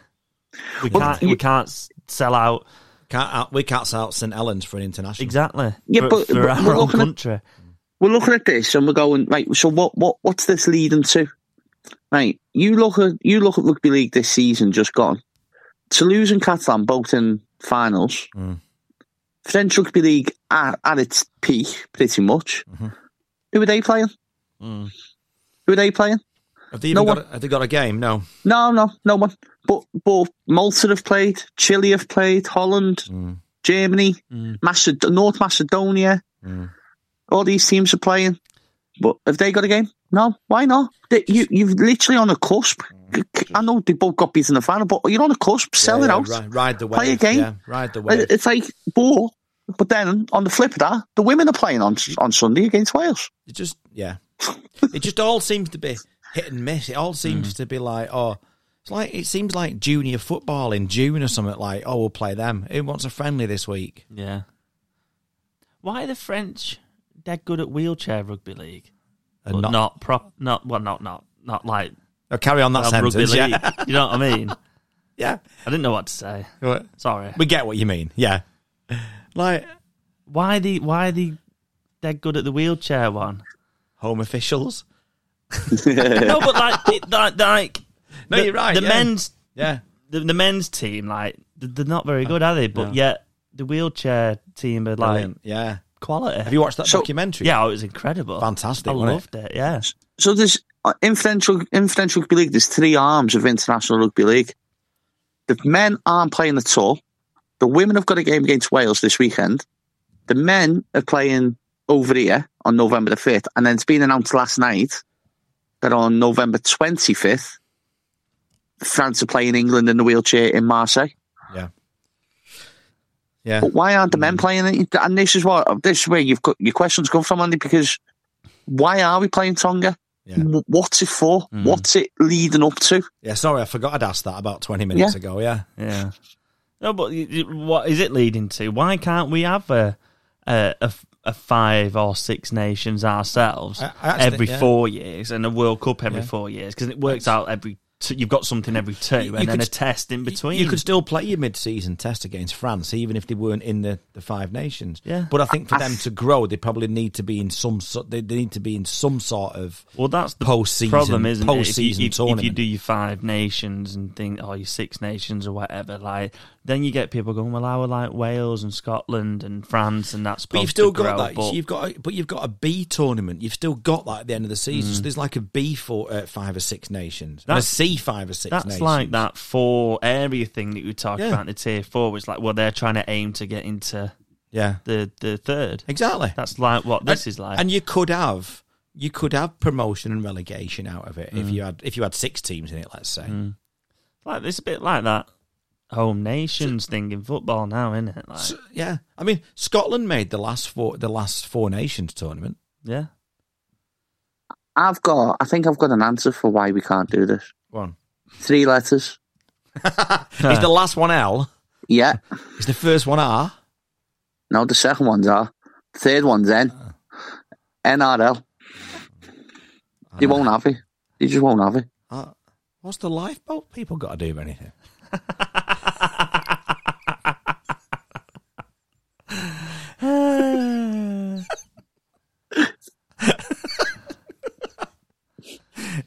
S1: We
S3: Well,
S1: can't
S3: you-
S1: we can't s- sell out
S2: can't out, we can't sell out St Helens for an international.
S1: exactly
S3: Yeah,
S1: for,
S3: but-
S1: for
S3: but
S1: our
S3: we're
S1: own
S3: looking at-
S1: country.
S3: We're looking at this and we're going right. So what? What? What's this leading to? Mate, you look at you look at rugby league this season just gone. Toulouse and Catalan both in finals.
S2: Mm.
S3: French rugby league at, at its peak, pretty much. Who are they playing?
S1: Mm.
S3: Who are they playing?
S2: Have they even
S3: No
S2: got? A, have they got a game? No.
S3: No, no, no one. But but Malta have played, Chile have played, Holland,
S2: Mm.
S3: Germany,
S1: Mm.
S3: Maced- North Macedonia.
S2: Mm.
S3: All these teams are playing. But have they got a game? No. Why not? They, you you're literally on a cusp. I know they both got beaten in the final, but you're on a cusp. Sell it
S2: Mm. Yeah,
S3: out.
S2: ri- Ride the wave.
S3: Play a game. Uh,
S2: Yeah, ride the wave.
S3: It- It's like ball. But then on the flip of that, the women are playing on on Sunday against Wales.
S2: It just yeah. it just all seems to be hit and miss. It all seems
S1: Mm.
S2: to be like oh, it's like it seems like junior football in June or something. Like oh, we'll play them. Who wants a friendly this week?
S1: Yeah. Why are the French dead good at wheelchair rugby league?
S2: And
S1: But not, prop not well not not not like
S2: Oh, carry on that
S1: of rugby
S2: sentence.
S1: league.
S2: Yeah,
S1: You know what I mean?
S2: yeah.
S1: I didn't know what to say.
S2: What-
S1: Sorry.
S2: We get what you mean. Yeah, like
S1: Why the why the dead good at the wheelchair one?
S2: home officials.
S1: no, but like the- like, like
S2: No,
S1: the,
S2: you're right.
S1: The
S2: yeah.
S1: men's
S2: Yeah,
S1: the, the men's team like th- they're not very good, are they? But
S2: Uh, No.
S1: yet the wheelchair team are like
S2: Brilliant. yeah.
S1: quality.
S2: Have you watched that
S3: So-
S2: documentary?
S1: yeah, oh, it was incredible.
S2: fantastic.
S1: I
S2: wasn't it?
S1: loved it. Yeah.
S3: So there's in French rug- in French rugby league. There's three arms of international rugby league. The men aren't playing at all. The women have got a game against Wales this weekend. The men are playing over here on November the fifth, and then it's been announced last night that on November twenty fifth, France are playing England in the wheelchair in Marseille.
S2: Yeah,
S3: But why aren't the men playing it? And this is what this is where you've got your questions come from, Andy, because why are we playing Tonga?
S2: Yeah.
S3: W- What's it for? What's it leading up to?
S2: yeah. Sorry, I forgot I'd asked that about twenty minutes
S3: Yeah.
S2: ago. Yeah,
S1: Yeah. No, but y- y- what is it leading to? Why can't we have a a, a f- a five or six nations ourselves
S2: I- I actually-
S1: every
S2: yeah.
S1: four years and a World Cup every
S2: Yeah.
S1: four years? Because it works out every two, you've got something every two
S2: you
S1: and then
S2: could
S1: a
S2: st-
S1: test in between.
S2: You could still play your mid-season test against France, even if they weren't in the, the Five Nations.
S1: Yeah.
S2: But I think for them to grow, they probably need to be in some. So, they, they need to be in some sort of.
S1: well, that's the
S2: Postseason-
S1: problem, isn't it? If you,
S2: postseason
S1: if- if, you
S2: tournament.
S1: do your five nations and think, or your six nations or whatever, like then you get people going, well, I would like Wales and Scotland and France, and that's.
S2: But you've
S1: supposed
S2: still
S1: to
S2: got
S1: grow,
S2: that.
S1: but-
S2: You've got, a, but you've got a B tournament. You've still got that at the end of the season. So there's like a B for uh, five or six nations, and a
S1: That's-
S2: C five or six.
S1: That's
S2: nations.
S1: like that four area thing that you talked
S2: Yeah.
S1: about in the tier four. It's like, well, they're trying to aim to get into
S2: Yeah,
S1: the, the third.
S2: exactly.
S1: That's like what this
S2: and,
S1: is like.
S2: and you could have you could have promotion and relegation out of it if you had if you had six teams in it. Let's say.
S1: like it's a bit like that home nations thing in football now, isn't it? Like,
S2: So- yeah, I mean Scotland made the last four the last four nations tournament.
S1: yeah,
S3: I've got, I think I've got an answer for why we can't do this.
S2: One.
S3: Three letters.
S2: Is the last one L?
S3: Yeah.
S2: Is the first one R?
S3: No, the second one's R. Third one's N. NRL. They won't have it. They just won't have it.
S2: Uh, what's the lifeboat people got to do with anything?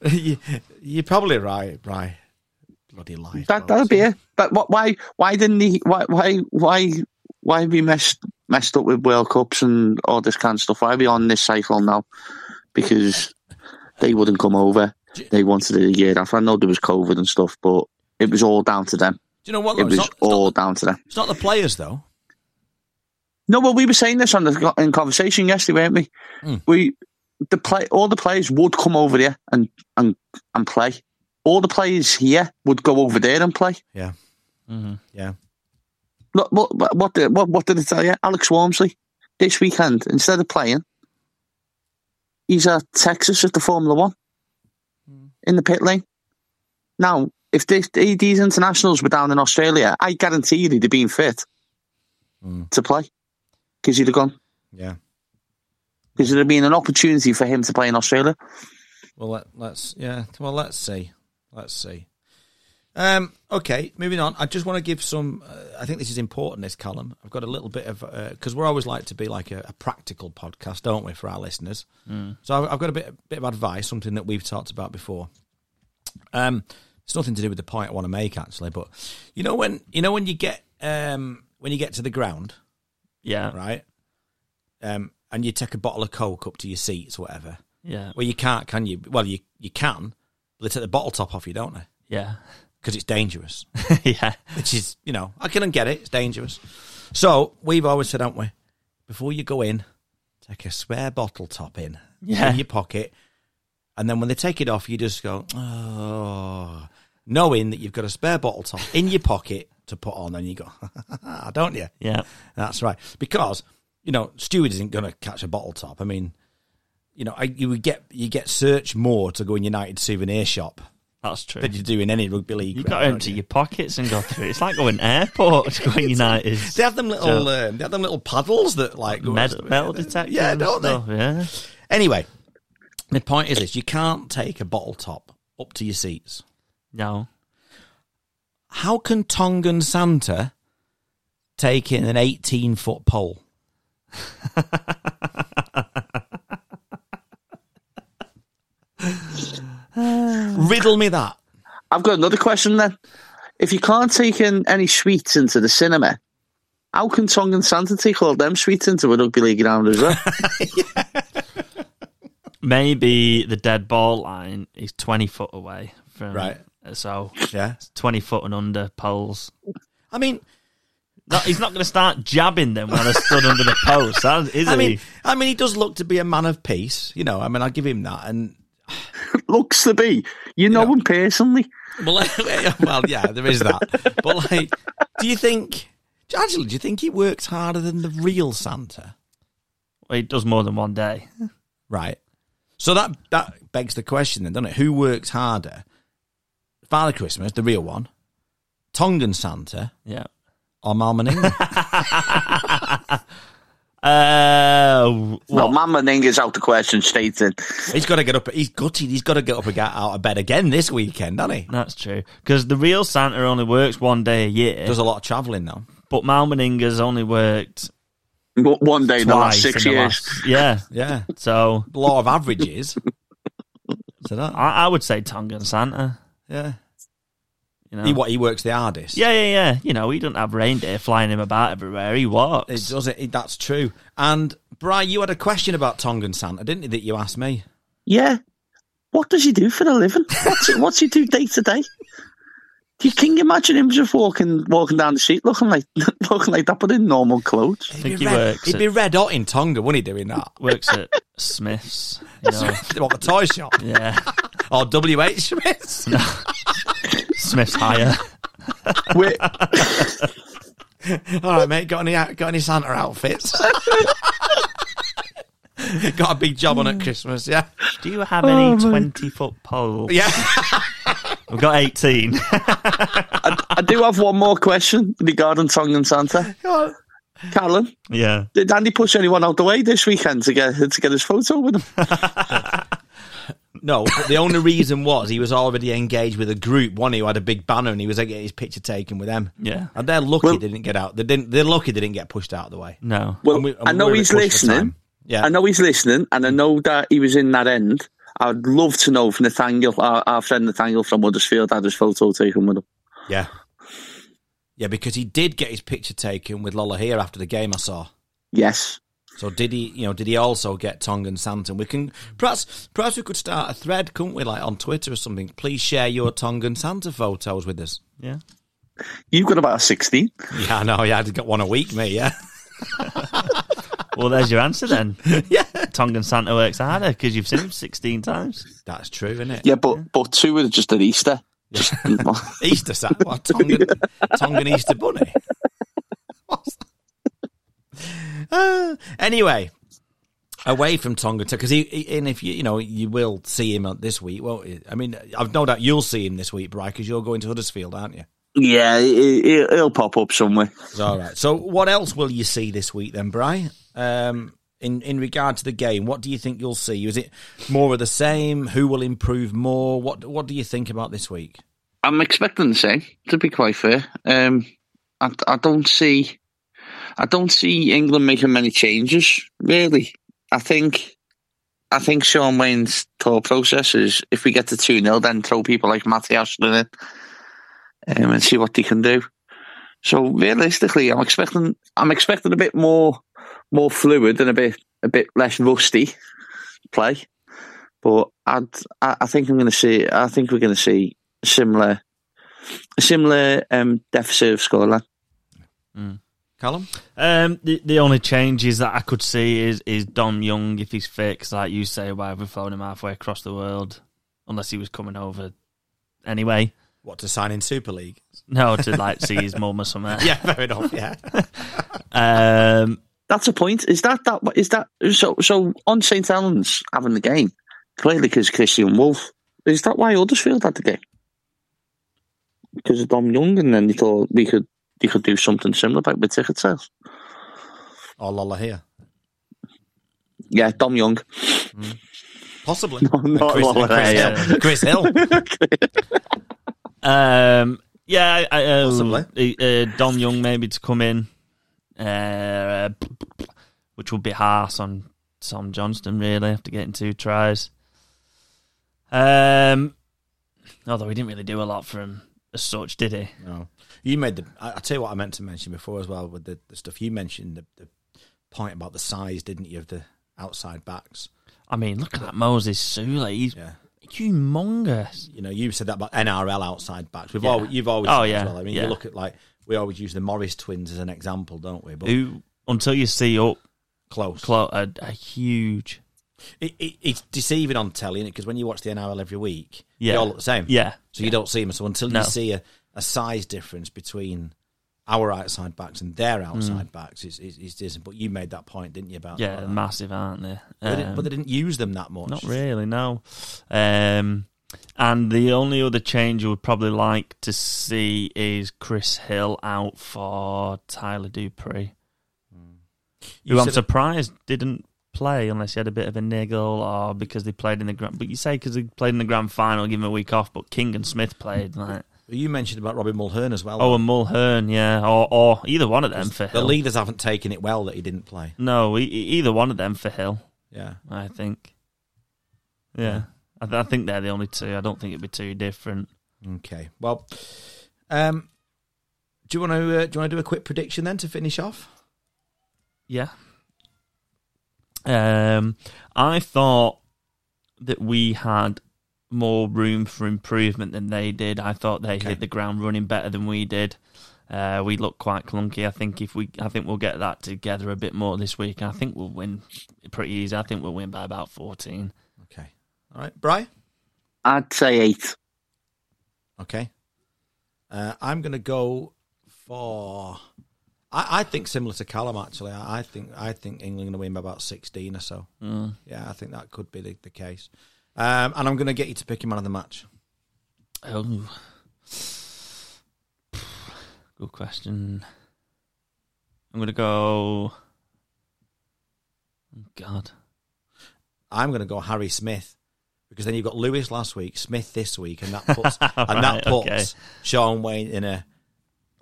S2: you, you're probably right, right. Bloody life.
S3: That that'll be it. But what, why why didn't he? Why why why why have we messed messed up with World Cups and all this kind of stuff? Why are we on this cycle now? Because they wouldn't come over. They wanted it a year after. I know there was COVID and stuff, but it was all down to them.
S2: Do you know what?
S3: It
S2: Though? It's,
S3: was
S2: not, it's,
S3: all
S2: not,
S3: down to them.
S2: it's not the players though.
S3: No, well, we were saying this on the in conversation yesterday, weren't we?
S2: Hmm.
S3: We the play all the players would come over here and and and play. All the players here would go over there and play.
S2: Yeah. Yeah.
S3: Look, what what what did, what, what did I tell you? Alex Wormsley this weekend instead of playing, he's at Texas at the Formula One in the pit lane. Now, if this, these internationals were down in Australia, I guarantee you they'd have been fit
S2: Hmm.
S3: to play because he'd have gone
S2: Yeah.
S3: because there'd have been an opportunity for him to play in Australia.
S2: Well, let, let's yeah. Well, let's see. Let's see. Um, okay, moving on. I just want to give some. Uh, I think this is important. This column. I've got a little bit of because we're always like to be like a, a practical podcast, don't we, for our listeners? So I've, I've got a bit, bit of advice, something that we've talked about before. Um, it's nothing to do with the point I want to make actually, but you know when you know when you get um, when you get to the ground,
S1: Yeah.
S2: right? Um, and you take a bottle of Coke up to your seats, whatever.
S1: Yeah.
S2: Well, you can't, can you? Well, you you can, but they take the bottle top off you, don't they?
S1: Yeah.
S2: Because it's dangerous.
S1: yeah.
S2: Which is, you know, I can get it. It's dangerous. So we've always said, haven't we? Before you go in, take a square bottle top in
S1: Yeah.
S2: in your pocket, and then when they take it off, you just go, oh, knowing that you've got a spare bottle top in your pocket to put on, and you go, don't you?
S1: Yeah.
S2: That's right. Because you know, Steward isn't going to catch a bottle top. I mean, you know, I, you would get you get searched more to go in United souvenir shop
S1: That's true.
S2: than you do in any rugby league.
S1: You
S2: ground,
S1: got
S2: don't
S1: into
S2: you?
S1: your pockets and got through. It's like going airport to going United.
S2: They have them little um, they have them little paddles that like go-
S1: metal, metal detector.
S2: Yeah,
S1: and
S2: don't they?
S1: stuff, Yeah.
S2: Anyway, the point is this: you can't take a bottle top up to your seats.
S1: No.
S2: How can Tongan Santa take in an eighteen foot pole? Riddle me that.
S3: I've got another question then. If you can't take in any sweets into the cinema, how can Tongan Santa take all them sweets into a rugby league ground as well?
S1: Maybe the dead ball line is 20 foot away from.
S2: Right.
S1: So
S2: Yeah,
S1: it's 20 foot and under poles.
S2: I mean,
S1: No, he's not going to start jabbing them when I stood under the post, that- is
S2: I mean,
S1: he?
S2: I mean, he does look to be a man of peace. You know, I mean, I give him that, and
S3: Looks to be. You know him personally.
S2: Well, like, well, yeah, there is that. But like, do you think, Angela? Do you think he works harder than the real Santa?
S1: Well, he does more than one day.
S2: Right. So that that begs the question, then, doesn't it? Who works harder, Father Christmas, the real one, Tongan Santa,
S1: Yeah.
S2: or Malman England?
S1: Uh,
S3: Well,
S1: what?
S3: Mama Ninga's out the question straight in.
S2: he's got to get up. He's gutted. He's got to get up and get out of bed again this weekend, doesn't he?
S1: That's true. Because the real Santa only works one day a year,
S2: Does a lot of travelling now.
S1: but Malmeninger's only worked
S3: W- One day in the last
S1: twice
S3: six
S1: in the
S3: years.
S1: last- yeah.
S2: Yeah,
S1: So
S2: law of averages. so that,
S1: I, I would say Tongan Santa.
S2: yeah,
S1: You know.
S2: he what he works the hardest.
S1: yeah, yeah, yeah. You know, he doesn't have reindeer flying him about everywhere. He walks.
S2: It does it. it- That's true. And Bry, you had a question about Tongan Santa, didn't you? That you asked me.
S3: Yeah. What does he do for a living? What's he, what's he do day to day? You can you imagine him just walking walking down the street looking like looking like that, but in normal clothes.
S1: think
S2: He'd be
S1: he
S2: red-
S1: works
S2: He'd be red hot in Tonga, wouldn't he? Doing that.
S1: Works at Smith's. You know.
S2: what the toy shop
S1: Yeah.
S2: or W H Smith's?
S1: Smith's higher.
S3: Where,
S2: All right, mate. Got any uh, got any Santa outfits? got a big job on at Christmas. Yeah,
S1: Do you have any 20 foot poles?
S2: yeah.
S1: We've got 18.
S3: I, I do have one more question regarding Tongan Santa. Callum,
S1: yeah.
S3: did Andy push anyone out the way this weekend to get to get his photo with him?
S2: No, but the only reason was he was already engaged with a group. One who had a big banner, and he was like, getting his picture taken with them.
S1: Yeah.
S2: and they're lucky
S3: Well-
S2: they didn't get out. They didn't. They're lucky they didn't get pushed out of the way.
S1: No.
S3: Well,
S2: And we- and
S3: I
S2: we
S3: know
S2: were pushed
S3: he's
S2: for
S3: listening.
S2: time. Yeah,
S3: I know he's listening, and I know that he was in that end. I'd love to know if Nathaniel, our, our friend Nathaniel from Huddersfield, had his photo taken with him.
S2: Yeah. Yeah, because he did get his picture taken with Lola here after the game I saw.
S3: Yes,
S2: So did he you know, did he also get Tongan Santa? We can perhaps perhaps we could start a thread, couldn't we, like on Twitter or something. Please share your Tongan Santa photos with us.
S1: Yeah.
S3: you've got about sixteen.
S2: Yeah, I know, yeah, I'd get one a week, me, yeah.
S1: Well, there's your answer then.
S2: yeah.
S1: Tongan Santa works harder because you've seen him 16 times.
S2: That's true, isn't it?
S3: Yeah, but but two were just at Easter. Just-
S2: Easter Santa what, Tongan Tongan Easter bunny. What's that? Uh, anyway, away from Tonga because he, he- and if you you know you will see him this week. Well, I mean, I've no doubt you'll see him this week, Bry, because you're going to Huddersfield, aren't you?
S3: yeah, he, he- he'll pop up somewhere.
S2: All right. So, what else will you see this week then, Bry? Um, in in regard to the game, what do you think you'll see? Is it more of the same? Who will improve more? What What do you think about this week?
S3: I'm expecting the same. To be quite fair, um, I, I don't see, I don't see England making many changes. Really, I think I think Sean Wayne's thought process is if we get to 2 0, then throw people like Matty Ashton in um, and see what they can do. So realistically, I'm expecting I'm expecting a bit more more fluid and a bit a bit less rusty play. But I'd, I I think I'm going to see I think we're going to see similar a similar um, deficit of scoreline.
S2: Callum?
S1: Um, the the only changes that I could see is is Dom Young if he's fixed, like you say, why have we flown him halfway across the world? Unless he was coming over anyway.
S2: What to sign in Super League?
S1: No, to like see his mum or something.
S2: Yeah, fair enough. Yeah.
S1: Um,
S3: That's a point. Is that that is that so? So on St Helens having the game clearly because Christian Wolf is that why Huddersfield had the game because of Dom Young, and then they thought we could they could do something similar like with ticket sales.
S2: or Lola here.
S3: Yeah, Dom Young.
S2: Possibly.
S3: not
S2: Chris,
S3: Lola
S2: Chris,
S1: here.
S2: Hill. Chris Hill.
S1: um, yeah, I, I, uh,
S2: Possibly.
S1: uh, Dom Young maybe to come in, uh, which would be harsh on Tom Johnston really after getting two tries. Um, although he didn't really do a lot for him as such, did he?
S2: No. You made the. I, I tell you what, I meant to mention before as well with the, the stuff you mentioned the, the point about the size, didn't you, of the outside backs?
S1: I mean, look at that Moses Sule. He's
S2: Yeah.
S1: humongous.
S2: You know, you said that about NRL outside backs. We've
S1: Yeah.
S2: always, you've always.
S1: Oh,
S2: said that
S1: yeah,
S2: As well. I mean,
S1: yeah.
S2: you look at like we always use the Morris twins as an example, don't we? But
S1: Who until you see up
S2: close.
S1: close a, a huge
S2: It, it, it's deceiving on telly because when you watch the NRL every week,
S1: Yeah.
S2: they all look the same.
S1: yeah
S2: So you don't see them. So until
S1: No.
S2: you see a, a size difference between our outside backs and their outside backs, it's, it's, it's different. But you made that point, didn't you? About
S1: Hmm. yeah
S2: about
S1: they're
S2: that?
S1: massive, aren't they?
S2: But, they, didn't-
S1: Um,
S2: but they didn't use them that much.
S1: Not really, no. Um, and the only other change you would probably like to see is Chris Hill out for Tyler Dupree,
S2: You
S1: who I'm
S2: said-
S1: surprised didn't play unless he had a bit of a niggle or because they played in the grand. But you say because they played in the grand final, give him a week off. But King and Smith played like
S2: you mentioned about Robbie Mulhern as well.
S1: oh and Mulhern, yeah, or or either one of them for
S2: the
S1: Hill.
S2: leaders haven't taken it well that he didn't play.
S1: No, e- e- either one of them for Hill.
S2: Yeah.
S1: I think. Yeah, I, th- I think they're the only two. I don't think it'd be too different.
S2: Okay. Well, um, do you want to uh, do you want to do a quick prediction then to finish off?
S1: Yeah. Um, I thought that we had more room for improvement than they did. I thought they
S2: Okay.
S1: hit the ground running better than we did. Uh, we looked quite clunky. I think if we, I think we'll get that together a bit more this week. I think we'll win pretty easy. I think we'll win by about fourteen.
S2: Okay. All right, Bry.
S3: I'd say eight.
S2: Okay. Uh, I'm going to go for. I, I think similar to Callum actually. I, I think I think England going to win by about 16 or so. Yeah, I think that could be the, the case. Um, and I'm going to get you to pick him out of the match.
S1: Oh, good question. I'm gonna go. oh God,
S2: I'm going to go Harry Smith because then you've got Lewis last week, Smith this week, and that puts and
S1: Right,
S2: that puts
S1: okay.
S2: Sean Wayne in a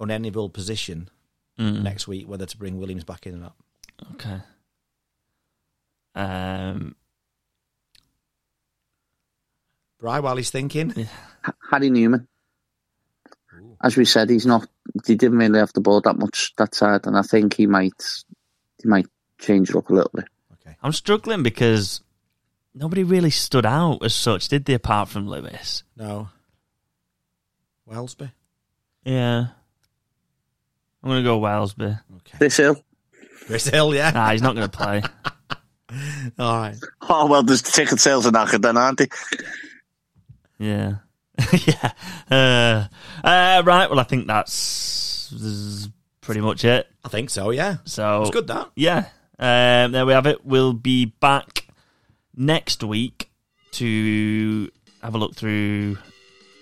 S2: unenviable position
S1: Mm.
S2: next week whether to bring Williams back in or not.
S1: Okay. Um,
S2: Bry, while he's thinking,
S3: Harry Newman. As we said, he's not. He didn't really have the ball that much that side, and I think he might. He might change it up a little bit.
S1: I'm struggling because nobody really stood out as such, did they? Apart from Lewis.
S2: no. Wellesby.
S1: Yeah. I'm gonna go Wellesby.
S2: Okay.
S3: This hill.
S2: Chris Hill, yeah.
S1: Nah, he's not gonna play.
S2: All right.
S3: Oh well, there's the ticket sales are knackered then, aren't they?
S1: Yeah. yeah. Uh, uh, right. Well, I think that's that's pretty much it.
S2: I think so, yeah.
S1: So
S2: It's good that.
S1: Yeah. Um, there we have it. We'll be back next week to have a look through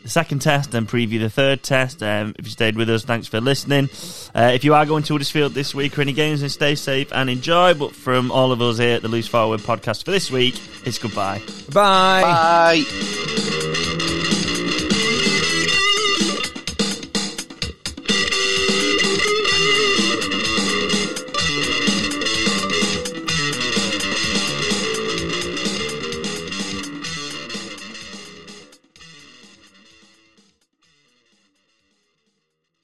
S1: the second test and preview the third test. Um, if you stayed with us, thanks for listening. Uh, if you are going to Huddersfield this week or any games, then stay safe and enjoy. But from all of us here at the Loose Forward podcast for this week, it's goodbye.
S2: Bye.
S3: Bye.